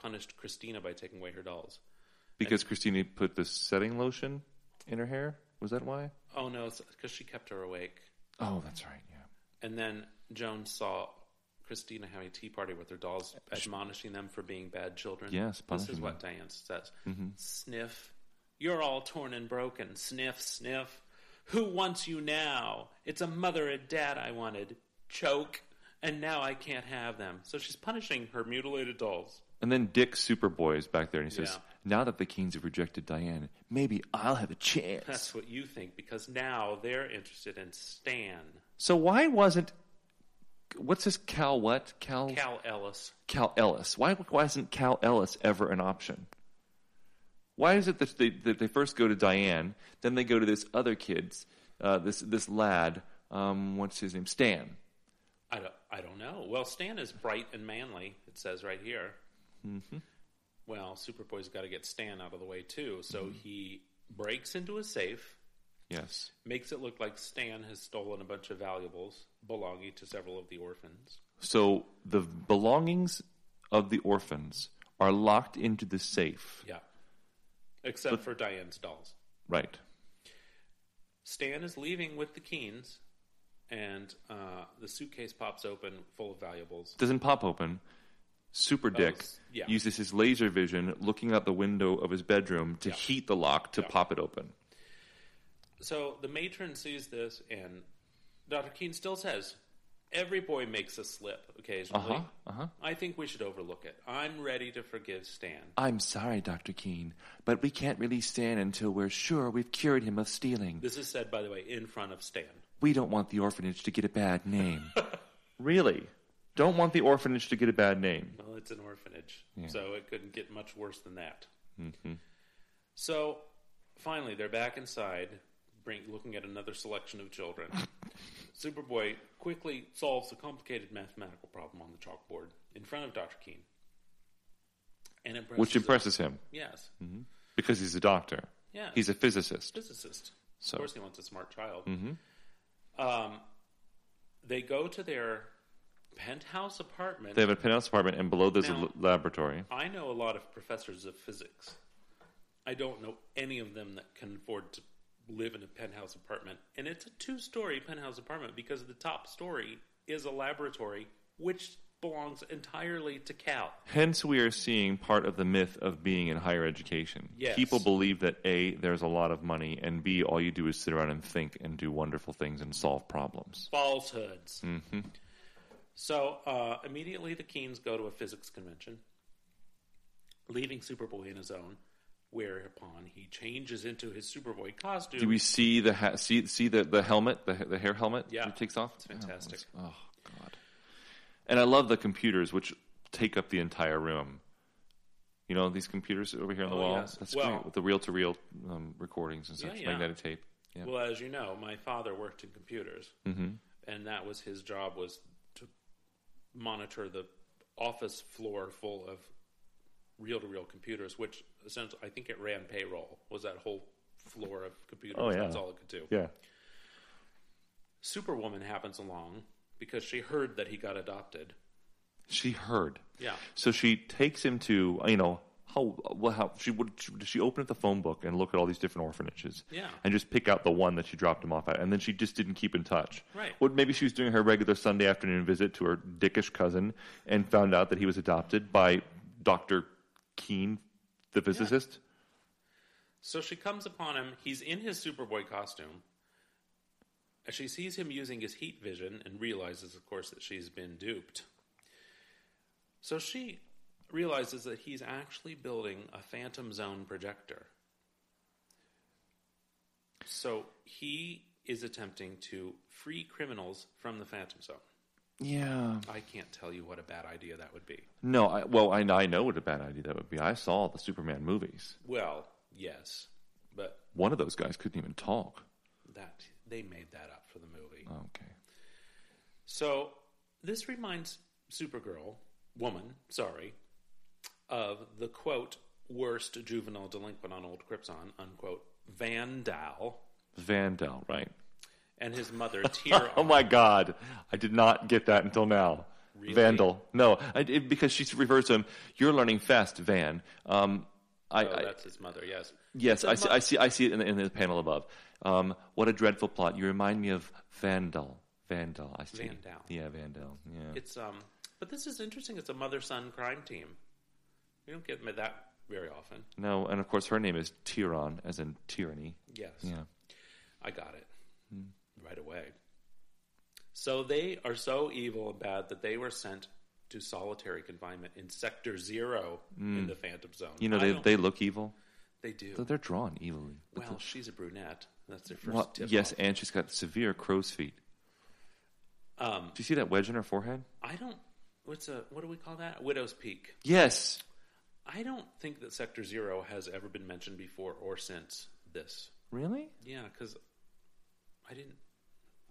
Speaker 1: punished Christina by taking away her dolls.
Speaker 5: Because Christine put the setting lotion in her hair? Was that why?
Speaker 1: Oh no, it's because she kept her awake.
Speaker 5: Oh, that's right, yeah.
Speaker 1: And then Joan saw Christina having a tea party with her dolls, admonishing them for being bad children.
Speaker 5: Yes,
Speaker 1: this is
Speaker 5: punishing Mm-hmm.
Speaker 1: what Diane says. Sniff, you're all torn and broken. Sniff, sniff. Who wants you now? It's a mother and dad I wanted. Choke, and now I can't have them. So she's punishing her mutilated dolls.
Speaker 5: And then Dick Superboy is back there and he says,
Speaker 1: Yeah.
Speaker 5: Now that the Keens have rejected Diane, maybe I'll have a chance.
Speaker 1: That's what you think because now they're interested in Stan,
Speaker 5: so why wasn't. What's this Cal what? Cal,
Speaker 1: Cal Ellis.
Speaker 5: Cal Ellis. Why wasn't Cal Ellis ever an option? Why is it that they, that they first go to Diane, then they go to this other kid's, uh, this this lad? Um, what's his name? Stan.
Speaker 1: I don't, I don't know. Well, Stan is bright and manly, it says right here. Mm-hmm. Well, Superboy's got to get Stan out of the way, too. So he breaks into a safe,
Speaker 5: Yes.
Speaker 1: makes it look like Stan has stolen a bunch of valuables belonging to several of the orphans.
Speaker 5: So the belongings of the orphans are locked into the safe.
Speaker 1: Yeah. Except for Diane's dolls.
Speaker 5: Right.
Speaker 1: Stan is leaving with the Keens, and uh, the suitcase pops open full of valuables.
Speaker 5: Doesn't pop open. Super Dick
Speaker 1: s- yeah.
Speaker 5: uses his laser vision, looking out the window of his bedroom, to heat the lock to pop it open.
Speaker 1: So the matron sees this, and Dr. Keene still says, Every boy makes a slip occasionally.
Speaker 5: Uh-huh, uh-huh.
Speaker 1: I think we should overlook it. I'm ready to forgive Stan.
Speaker 5: I'm sorry, Dr. Keene, but we can't release Stan until we're sure we've cured him of stealing.
Speaker 1: This is said, by the way, in front of Stan.
Speaker 5: We don't want the orphanage to get a bad name. really? Don't want the orphanage to get a bad name.
Speaker 1: Well, it's an orphanage, so it couldn't get much worse than that. Mm-hmm. So finally, they're back inside, bring, looking at another selection of children. Superboy quickly solves a complicated mathematical problem on the chalkboard in front of Dr. Keene. And impresses
Speaker 5: Which
Speaker 1: him.
Speaker 5: impresses him
Speaker 1: Yes.
Speaker 5: Mm-hmm. because he's a doctor.
Speaker 1: Yeah.
Speaker 5: He's a physicist.
Speaker 1: physicist.
Speaker 5: So- Mm-hmm.
Speaker 1: Of course, he wants a smart child. Um, they go to their penthouse apartment.
Speaker 5: They have a penthouse apartment, and below there's a
Speaker 1: Now-
Speaker 5: l- laboratory.
Speaker 1: I know a lot of professors of physics. I don't know any of them that can afford to live in a penthouse apartment. And it's a two story penthouse apartment because the top story is a laboratory which belongs entirely to Cal.
Speaker 5: Hence, we are seeing part of the myth of being in higher education.
Speaker 1: Yes.
Speaker 5: People believe that A, there's a lot of money, and B, all you do is sit around and think and do wonderful things and solve problems.
Speaker 1: falsehoods.
Speaker 5: Mm-hmm.
Speaker 1: So uh, immediately the Keens go to a physics convention, leaving Superboy in his own, whereupon he changes into his Superboy costume.
Speaker 5: Do we see the ha- see see the, the helmet, the, the hair helmet?
Speaker 1: Yeah.
Speaker 5: that he takes off.
Speaker 1: It's fantastic.
Speaker 5: Oh, god! And I love the computers, which take up the entire room. You know these computers over here on the
Speaker 1: Oh,
Speaker 5: wall.
Speaker 1: yes.
Speaker 5: That's
Speaker 1: Well-
Speaker 5: great with the reel-to-reel um, recordings and such,
Speaker 1: Yeah, yeah.
Speaker 5: magnetic tape. Yeah.
Speaker 1: Well, as you know, my father worked in computers,
Speaker 5: Mm-hmm.
Speaker 1: and that was his job was to monitor the office floor full of reel-to-reel computers, which essentially I think it ran payroll. Was that whole floor of computers?
Speaker 5: Oh, yeah.
Speaker 1: That's all it could do.
Speaker 5: yeah.
Speaker 1: Superwoman happens along because she heard that he got adopted.
Speaker 5: She heard.
Speaker 1: Yeah.
Speaker 5: So she takes him to you know how well how she would she, she open up the phone book and look at all these different orphanages.
Speaker 1: Yeah.
Speaker 5: And just pick out the one that she dropped him off at, and then she just didn't keep in touch.
Speaker 1: Right.
Speaker 5: Well, maybe she was doing her regular Sunday afternoon visit to her dickish cousin and found out that he was adopted by Doctor Keen, the physicist.
Speaker 1: So she comes upon him. He's in his Superboy costume. As She sees him using his heat vision and realizes, of course, that she's been duped. So she realizes that he's actually building a Phantom Zone projector. So he is attempting to free criminals from the Phantom Zone.
Speaker 5: Yeah.
Speaker 1: I can't tell you what a bad idea that would be.
Speaker 5: No, I, well, I, I know what a bad idea that would be. I saw the Superman movies.
Speaker 1: Well, yes, but
Speaker 5: One of those guys couldn't even talk.
Speaker 1: that they made that up for the movie.
Speaker 5: Okay.
Speaker 1: So this reminds Supergirl, woman, sorry, of the quote worst juvenile delinquent on Old Krypton unquote Vandal
Speaker 5: Vandal, right?
Speaker 1: and his mother Tyr.
Speaker 5: Oh my God! I did not get that until now. Vandal. No, I, it, because she refers to him. You're learning fast, Van. Um, I,
Speaker 1: Oh,
Speaker 5: I
Speaker 1: that's his mother. Yes.
Speaker 5: yes, I see, I see. I see it in the, in the panel above. Um, what a dreadful plot! You remind me of Vandal. Vandal. I see.
Speaker 1: Vandal.
Speaker 5: Yeah, Vandal. Yeah.
Speaker 1: It's um, but this is interesting. It's a mother-son crime team. We don't get that very often.
Speaker 5: no, and of course her name is Tyron, as in tyranny.
Speaker 1: Yes.
Speaker 5: Yeah.
Speaker 1: I got it
Speaker 5: Hmm.
Speaker 1: right away. So they are so evil and bad that they were sent to solitary confinement in Sector Zero in the Phantom Zone.
Speaker 5: Hmm. You know
Speaker 1: I
Speaker 5: they
Speaker 1: don't-
Speaker 5: they look evil.
Speaker 1: they do.
Speaker 5: They're- They're drawn evilly. But
Speaker 1: well,
Speaker 5: the-
Speaker 1: she's a brunette. That's their first
Speaker 5: well,
Speaker 1: tip.
Speaker 5: yes,
Speaker 1: off.
Speaker 5: and she's got severe crow's feet.
Speaker 1: Um,
Speaker 5: Do you see that wedge in her forehead?
Speaker 1: I don't. What's a what do we call that? Widow's Peak.
Speaker 5: Yes.
Speaker 1: I don't think that Sector Zero has ever been mentioned before or since this.
Speaker 5: Really?
Speaker 1: Yeah, because I didn't.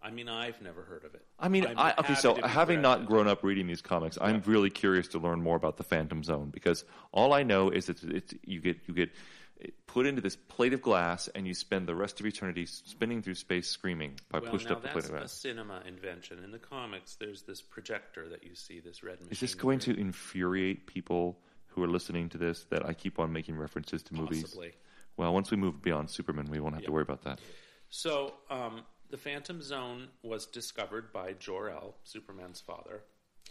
Speaker 1: I mean, I've never heard of it.
Speaker 5: I mean,
Speaker 1: I'm
Speaker 5: I, okay,
Speaker 1: happy
Speaker 5: so
Speaker 1: to be corrected.
Speaker 5: having not grown up reading these comics, I'm really curious to learn more about the Phantom Zone because all I know is that it's, you get you get put into this plate of glass and you spend the rest of eternity spinning through space screaming by
Speaker 1: Well,
Speaker 5: pushed
Speaker 1: now
Speaker 5: up the plate
Speaker 1: that's
Speaker 5: of
Speaker 1: a
Speaker 5: glass.
Speaker 1: cinema invention. In the comics, there's this projector that you see, this red machine.
Speaker 5: Is this going to infuriate people who are listening to this that I keep on making references to movies?
Speaker 1: Possibly.
Speaker 5: Well, once we move beyond Superman, we won't have to worry about that.
Speaker 1: So, um, the Phantom Zone was discovered by Jor-El, Superman's father,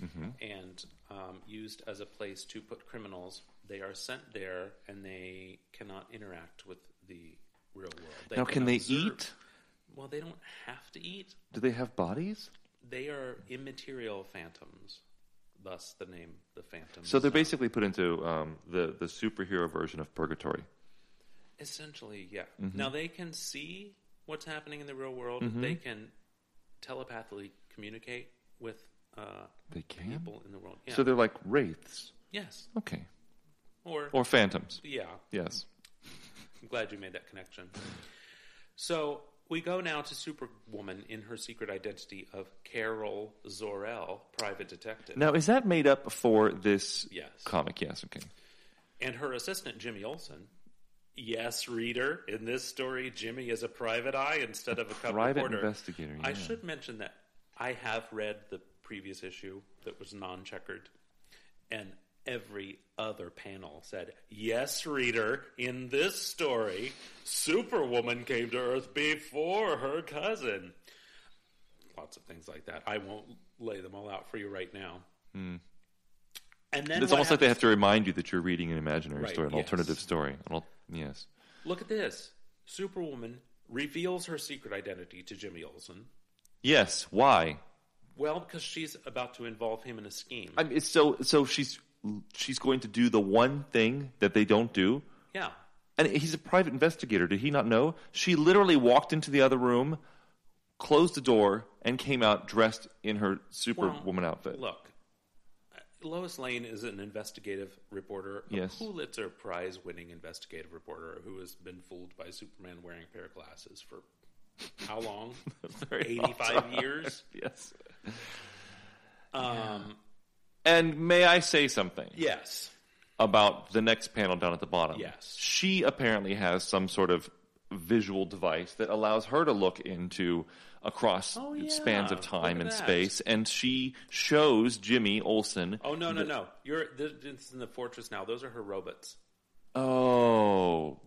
Speaker 5: Mm-hmm.
Speaker 1: and um, used as a place to put criminals. They are sent there, and they cannot interact with the real world. They
Speaker 5: now, can they
Speaker 1: observe-
Speaker 5: eat?
Speaker 1: Well, they don't have to eat.
Speaker 5: Do they have bodies?
Speaker 1: They are immaterial phantoms. Thus, the name, the Phantom.
Speaker 5: So they're
Speaker 1: Zone.
Speaker 5: basically put into um, the the superhero version of purgatory.
Speaker 1: Essentially, yeah.
Speaker 5: Mm-hmm.
Speaker 1: Now they can see what's happening in the real world. They can telepathically communicate with uh,
Speaker 5: They can.
Speaker 1: people in the world. Yeah.
Speaker 5: So they're like wraiths.
Speaker 1: yes,
Speaker 5: Okay.
Speaker 1: or,
Speaker 5: Or phantoms.
Speaker 1: yeah.
Speaker 5: Yes.
Speaker 1: I'm glad you made that connection. So we go now to Superwoman in her secret identity of Carol Zorel, private detective,
Speaker 5: Now, is that made up for this
Speaker 1: Yes.
Speaker 5: comic? Yes. Okay.
Speaker 1: and her assistant Jimmy Olsen. Yes, reader. In this story, Jimmy is a private eye instead of a cub
Speaker 5: Private
Speaker 1: reporter.
Speaker 5: investigator.
Speaker 1: I
Speaker 5: yeah.
Speaker 1: should mention that I have read the previous issue that was non checkered, and every other panel said, Yes, reader, in this story, Superwoman came to Earth before her cousin. Lots of things like that. I won't lay them all out for you right now. And then
Speaker 5: Hmm.
Speaker 1: what
Speaker 5: It's almost like they have
Speaker 1: happens-
Speaker 5: to remind you that you're reading an imaginary
Speaker 1: Right,
Speaker 5: story, an
Speaker 1: yes.
Speaker 5: alternative story. An al- yes.
Speaker 1: Look at this Superwoman reveals her secret identity to Jimmy Olsen.
Speaker 5: Yes. Why?
Speaker 1: Well, because she's about to involve him in a scheme.
Speaker 5: I mean, it's so so she's she's going to do the one thing that they don't do.
Speaker 1: yeah.
Speaker 5: And he's a private investigator. Did he not know? She literally walked into the other room, closed the door, and came out dressed in her Superwoman
Speaker 1: Well,
Speaker 5: outfit.
Speaker 1: Look, Lois Lane is an investigative reporter, a
Speaker 5: Yes.
Speaker 1: Pulitzer Prize winning investigative reporter who has been fooled by Superman wearing a pair of glasses for how long?
Speaker 5: Very
Speaker 1: 85 years?
Speaker 5: Yes.
Speaker 1: Um,
Speaker 5: And may I say something
Speaker 1: yes.
Speaker 5: about the next panel down at the bottom?
Speaker 1: Yes.
Speaker 5: She apparently has some sort of visual device that allows her to look into across
Speaker 1: Oh, yeah.
Speaker 5: spans of time
Speaker 1: Look at
Speaker 5: and
Speaker 1: that.
Speaker 5: space and she shows Jimmy Olsen
Speaker 1: Oh, no, no, no. You're this, this is in the fortress now. Those are her robots.
Speaker 5: oh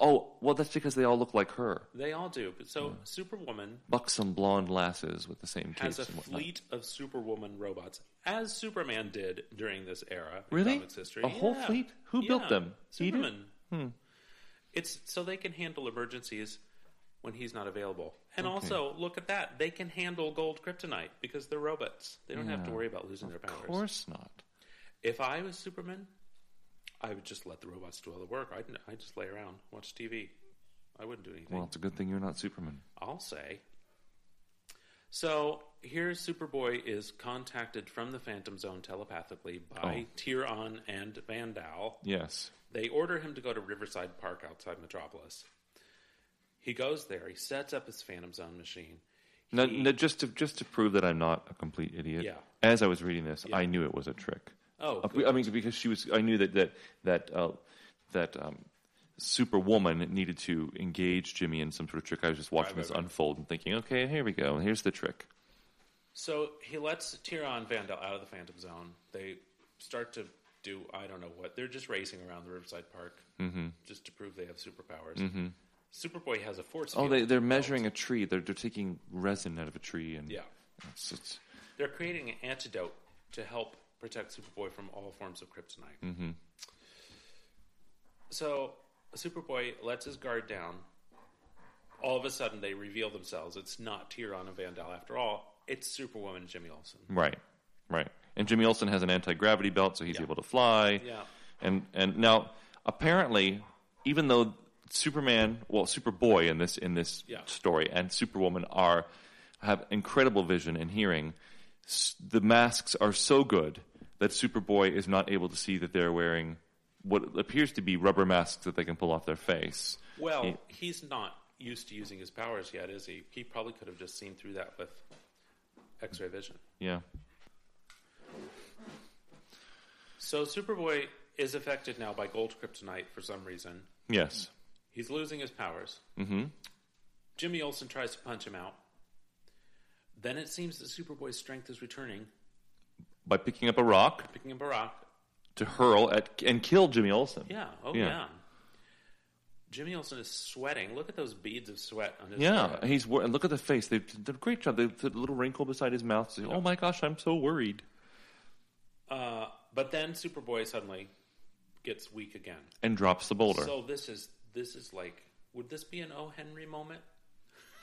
Speaker 5: oh well that's because they all look like her
Speaker 1: They all do. But So, Superwoman
Speaker 5: buxom blonde lasses with the same
Speaker 1: has
Speaker 5: capes
Speaker 1: a
Speaker 5: and whatnot.
Speaker 1: fleet of Superwoman robots, as Superman did during this era in
Speaker 5: Really?
Speaker 1: comics history.
Speaker 5: A whole
Speaker 1: Yeah.
Speaker 5: fleet? Who built
Speaker 1: Yeah.
Speaker 5: them? He did? Hmm.
Speaker 1: Superman. It's so they can handle emergencies when he's not available. And also, look at that. They can handle gold kryptonite because they're robots. They don't have to worry about losing their powers.
Speaker 5: Of course not.
Speaker 1: If I was Superman, I would just let the robots do all the work. I'd, I'd just lay around, watch TV. I wouldn't do anything.
Speaker 5: Well, it's a good thing you're not Superman.
Speaker 1: I'll say. So here, Superboy is contacted from the Phantom Zone telepathically by
Speaker 5: Oh.
Speaker 1: Tyrion and Vandal.
Speaker 5: Yes.
Speaker 1: They order him to go to Riverside Park outside Metropolis. He goes there. He sets up his Phantom Zone machine.
Speaker 5: Now, now, just to just to prove that I'm not a complete idiot.
Speaker 1: Yeah.
Speaker 5: As I was reading this, I knew it was a trick.
Speaker 1: Oh,
Speaker 5: Uh, I mean, because she was, I knew that that that uh, that um, Superwoman needed to engage Jimmy in some sort of trick. I was just watching this unfold and thinking, okay, here we go. Here's the trick.
Speaker 1: So he lets Tyrion Vandal out of the Phantom Zone. They start to do I don't know what. They're just racing around the Riverside Park
Speaker 5: Mm-hmm.
Speaker 1: just to prove they have superpowers. Superboy has a force.
Speaker 5: Oh,
Speaker 1: field
Speaker 5: they they're
Speaker 1: belt.
Speaker 5: measuring a tree. They're they're taking resin out of a tree and
Speaker 1: Yeah,
Speaker 5: It's, it's,
Speaker 1: they're creating an antidote to help protect Superboy from all forms of kryptonite. So Superboy lets his guard down. All of a sudden, they reveal themselves. It's not Tyrion and Vandal after all. It's Superwoman and Jimmy Olsen.
Speaker 5: right, right. And Jimmy Olsen has an anti gravity belt, so he's able to fly.
Speaker 1: Yeah.
Speaker 5: And and now apparently, even though Superman, well, Superboy in this in this
Speaker 1: Yeah.
Speaker 5: story, and Superwoman are have incredible vision and hearing, s- the masks are so good that Superboy is not able to see that they're wearing what appears to be rubber masks that they can pull off their face.
Speaker 1: Well,
Speaker 5: He-
Speaker 1: he's not used to using his powers yet, is he? He probably could have just seen through that with X ray vision.
Speaker 5: Yeah.
Speaker 1: So Superboy is affected now by gold kryptonite for some reason.
Speaker 5: Yes.
Speaker 1: He's losing his powers. Mm-hmm. Jimmy Olsen tries to punch him out. Then it seems that Superboy's strength is returning,
Speaker 5: By picking up a rock
Speaker 1: picking up a rock.
Speaker 5: to hurl at and kill Jimmy Olsen.
Speaker 1: Yeah, oh yeah.
Speaker 5: Yeah.
Speaker 1: Jimmy Olsen is sweating. Look at those beads of sweat on his
Speaker 5: Yeah,
Speaker 1: forehead.
Speaker 5: and he's wor- and look at the face. They did a great job. They put a little wrinkle beside his mouth. So, Oh my gosh, I'm so worried.
Speaker 1: Uh, but then Superboy suddenly gets weak again.
Speaker 5: And drops the boulder.
Speaker 1: So this is this is like would this be an O Henry moment?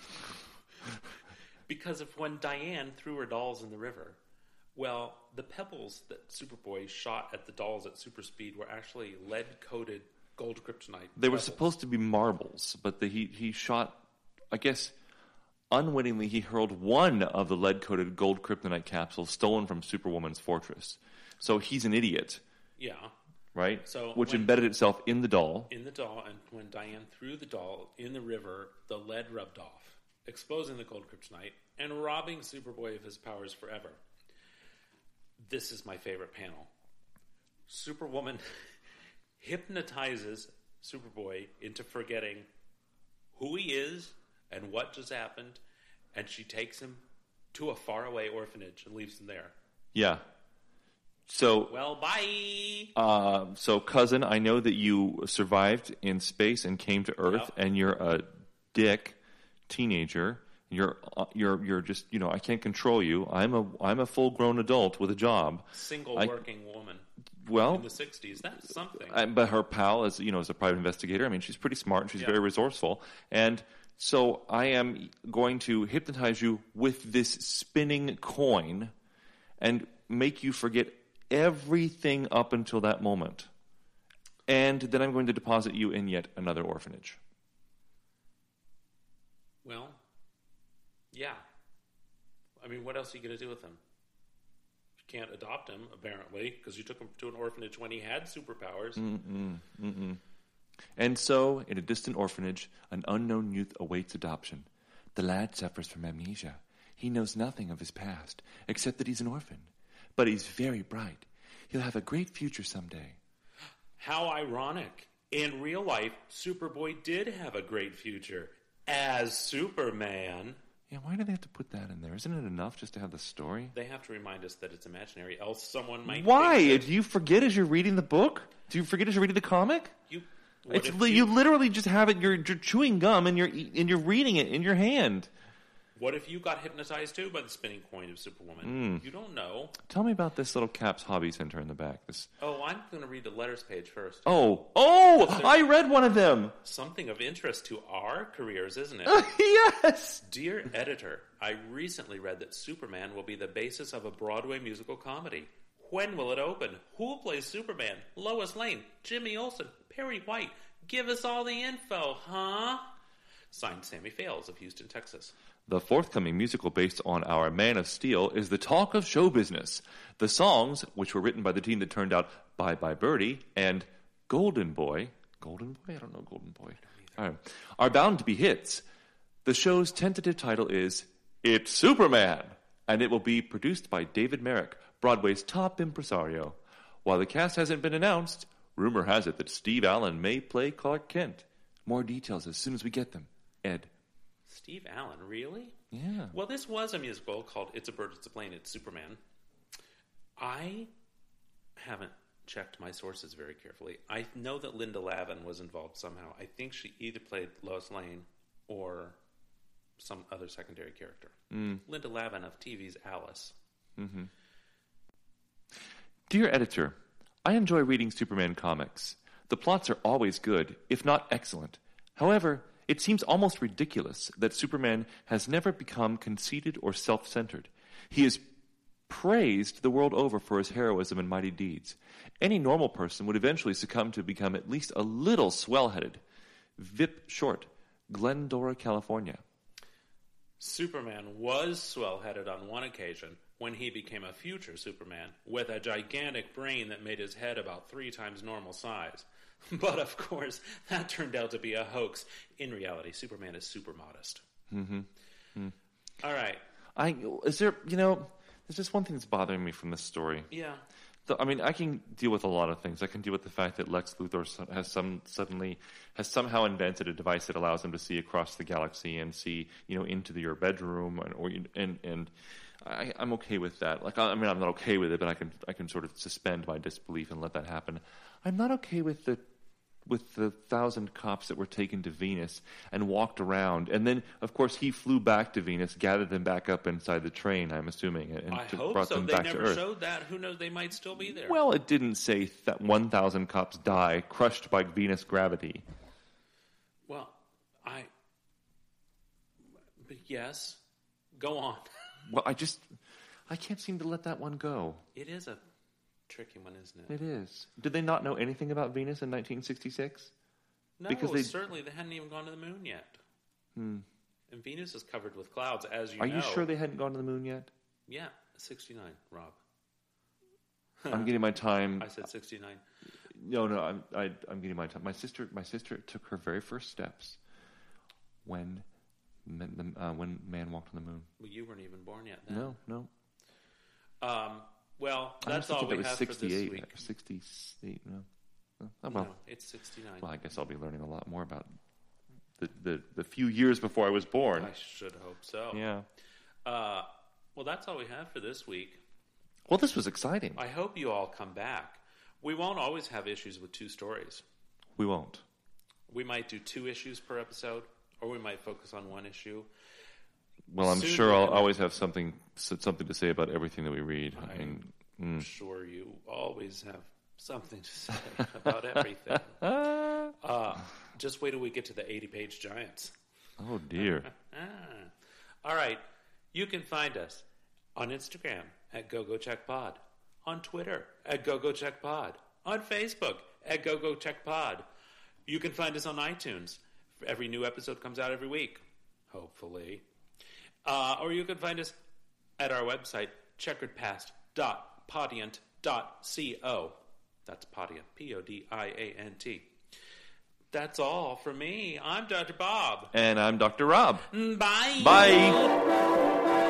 Speaker 1: because of when Diane threw her dolls in the river, well, the pebbles that Superboy shot at the dolls at super speed were actually lead coated gold kryptonite.
Speaker 5: they were
Speaker 1: pebbles.
Speaker 5: supposed to be marbles, but the, he he shot. I guess unwittingly, he hurled one of the lead coated gold kryptonite capsules stolen from Superwoman's fortress. So he's an idiot,
Speaker 1: yeah
Speaker 5: right?
Speaker 1: So
Speaker 5: which
Speaker 1: when-
Speaker 5: embedded itself in the doll.
Speaker 1: in the doll, and when Diane threw the doll in the river, the lead rubbed off, exposing the gold kryptonite and robbing Superboy of his powers forever. This is my favorite panel. Superwoman hypnotizes Superboy into forgetting who he is and what just happened, and she takes him to a faraway orphanage and leaves him there.
Speaker 5: Yeah. So
Speaker 1: Well, bye.
Speaker 5: Uh, so, cousin, I know that you survived in space and came to Earth,
Speaker 1: Yeah.
Speaker 5: and you're a dick teenager. You're uh, you're you're just you know I can't control you. I'm a I'm a full grown adult with a job.
Speaker 1: Single
Speaker 5: I-
Speaker 1: working woman in
Speaker 5: Well,
Speaker 1: the 60s. That's something.
Speaker 5: I, but her pal is you know is a private investigator. I mean, she's pretty smart. and She's very resourceful, and so I am going to hypnotize you with this spinning coin, and make you forget everything up until that moment, and then I'm going to deposit you in yet another orphanage.
Speaker 1: Well, yeah. I mean, what else are you going to do with him? You can't adopt him, apparently, because you took him to an orphanage when he had superpowers.
Speaker 5: Mm. And so, in a distant orphanage, an unknown youth awaits adoption. The lad suffers from amnesia. He knows nothing of his past, except that he's an orphan. But he's very bright. He'll have a great future someday.
Speaker 1: How ironic. In real life, Superboy did have a great future as Superman.
Speaker 5: Yeah, why do they have to put that in there? Isn't it enough just to have the story?
Speaker 1: They have to remind us that it's imaginary, else someone might.
Speaker 5: Why?
Speaker 1: think
Speaker 5: Do you forget as you're reading the book? Do you forget as you're reading the comic?
Speaker 1: that you, what
Speaker 5: It's,
Speaker 1: if
Speaker 5: li-
Speaker 1: you,
Speaker 5: you literally just have it. You're, you're chewing gum and you're e- and you're reading it in your hand.
Speaker 1: what if you got hypnotized too by the spinning coin of
Speaker 5: Mm.
Speaker 1: Superwoman? You don't know.
Speaker 5: Tell me about this little Caps Hobby Center in the back. This
Speaker 1: Oh, I'm going to read the letters page first.
Speaker 5: oh oh! I read one of them.
Speaker 1: Something of interest to our careers, isn't it?
Speaker 5: yes.
Speaker 1: Dear editor, I recently read that Superman will be the basis of a Broadway musical comedy. When will it open? Who will play Superman? Lois Lane, Jimmy Olsen, Perry White. Give us all the info, huh? Signed Sammy Fails of Houston, Texas.
Speaker 5: The forthcoming musical based on our Man of Steel is The Talk of Show Business. The songs, which were written by the team that turned out Bye Bye Birdie and Golden Boy, Golden Boy? I don't know Golden Boy. All right. Are bound to be hits. The show's tentative title is It's Superman, and it will be produced by David Merrick, Broadway's top impresario. While the cast hasn't been announced, rumor has it that Steve Allen may play Clark Kent. More details as soon as we get them. Ed.
Speaker 1: Steve Allen, really?
Speaker 5: Yeah.
Speaker 1: Well, this was a musical called It's a Bird, It's a Plane, It's Superman. I haven't checked my sources very carefully. I know that Linda Lavin was involved somehow. I think she either played Lois Lane or some other secondary character. Linda Lavin of TV's Alice.
Speaker 5: Dear editor, I enjoy reading Superman comics. The plots are always good, if not excellent. However, it seems almost ridiculous that Superman has never become conceited or self centered. He is praised the world over for his heroism and mighty deeds. Any normal person would eventually succumb to become at least a little swell headed. Vip Short, Glendora, California.
Speaker 1: Superman was swell headed on one occasion when he became a future Superman with a gigantic brain that made his head about three times normal size. But of course, that turned out to be a hoax. In reality, Superman is super modest.
Speaker 5: Hmm.
Speaker 1: Mm-hmm. right.
Speaker 5: I is there you know there's just one thing that's bothering me from this story.
Speaker 1: Yeah.
Speaker 5: The- I mean, I can deal with a lot of things. I can deal with the fact that Lex Luthor so- has some suddenly has somehow invented a device that allows him to see across the galaxy and see you know into the, your bedroom and or you- and and I, I'm okay with that. Like I, I mean, I'm not okay with it, but I can I can sort of suspend my disbelief and let that happen. I'm not okay with the with the thousand cops that were taken to Venus and walked around, and then of course he flew back to Venus, gathered them back up inside the train. I'm assuming, and
Speaker 1: I
Speaker 5: took-
Speaker 1: hope
Speaker 5: brought
Speaker 1: so.
Speaker 5: them
Speaker 1: They
Speaker 5: back to
Speaker 1: never
Speaker 5: Earth.
Speaker 1: showed that. Who knows? They might still be there.
Speaker 5: Well, it didn't say that 1,000 cops die crushed by Venus gravity.
Speaker 1: Well, I. But yes, go on.
Speaker 5: Well, I just, I can't seem to let that one go.
Speaker 1: It is a tricky one, isn't it?
Speaker 5: It is. Did they not know anything about Venus in 1966?
Speaker 1: No,
Speaker 5: because they- Hmm.
Speaker 1: certainly they hadn't even gone to the moon yet. And Venus is covered with clouds, as you
Speaker 5: Are
Speaker 1: know.
Speaker 5: you sure they hadn't gone to the moon yet?
Speaker 1: Yeah, sixty-nine, Rob.
Speaker 5: I'm getting my time.
Speaker 1: I said sixty-nine.
Speaker 5: No, no, I'm, I, I'm getting my time. My sister, my sister took her very first steps when, men- the- uh, when man walked on the moon.
Speaker 1: Well, you weren't even born yet. Then.
Speaker 5: No, no.
Speaker 1: Um, well,
Speaker 5: I was
Speaker 1: that's all
Speaker 5: thinking
Speaker 1: we
Speaker 5: that was
Speaker 1: have for this
Speaker 5: 68
Speaker 1: week.
Speaker 5: or 68. No. No. Oh, well.
Speaker 1: No, it's sixty-nine.
Speaker 5: Well, I guess I'll be learning a lot more about the, the, the few years before I was born.
Speaker 1: I should hope so.
Speaker 5: Yeah.
Speaker 1: Uh, well, that's all we have for this week.
Speaker 5: Well, this was exciting.
Speaker 1: I hope you all come back. We won't always have issues with two stories.
Speaker 5: We won't.
Speaker 1: We might do two issues per episode, or we might focus on one issue.
Speaker 5: Well, I'm
Speaker 1: Soon
Speaker 5: sure
Speaker 1: we'll
Speaker 5: I'll
Speaker 1: come
Speaker 5: always have something s- something to say about everything that we read. I
Speaker 1: I-
Speaker 5: mean,
Speaker 1: I'm sure you always have something to say about everything. Uh, just wait till we get to the 80 page giants.
Speaker 5: oh dear.
Speaker 1: Ah. All right. You can find us on Instagram at GoGoCheckPod, on Twitter at GoGoCheckPod, on Facebook at GoGoCheckPod. You can find us on iTunes. Every new episode comes out every week, hopefully. Uh, or you can find us at our website, checkeredpast.podiant.co. That's Podiant, P O D I A N T. That's all for me. I'm Dr. Bob.
Speaker 5: and I'm Dr. Rob.
Speaker 1: Bye.
Speaker 5: Bye.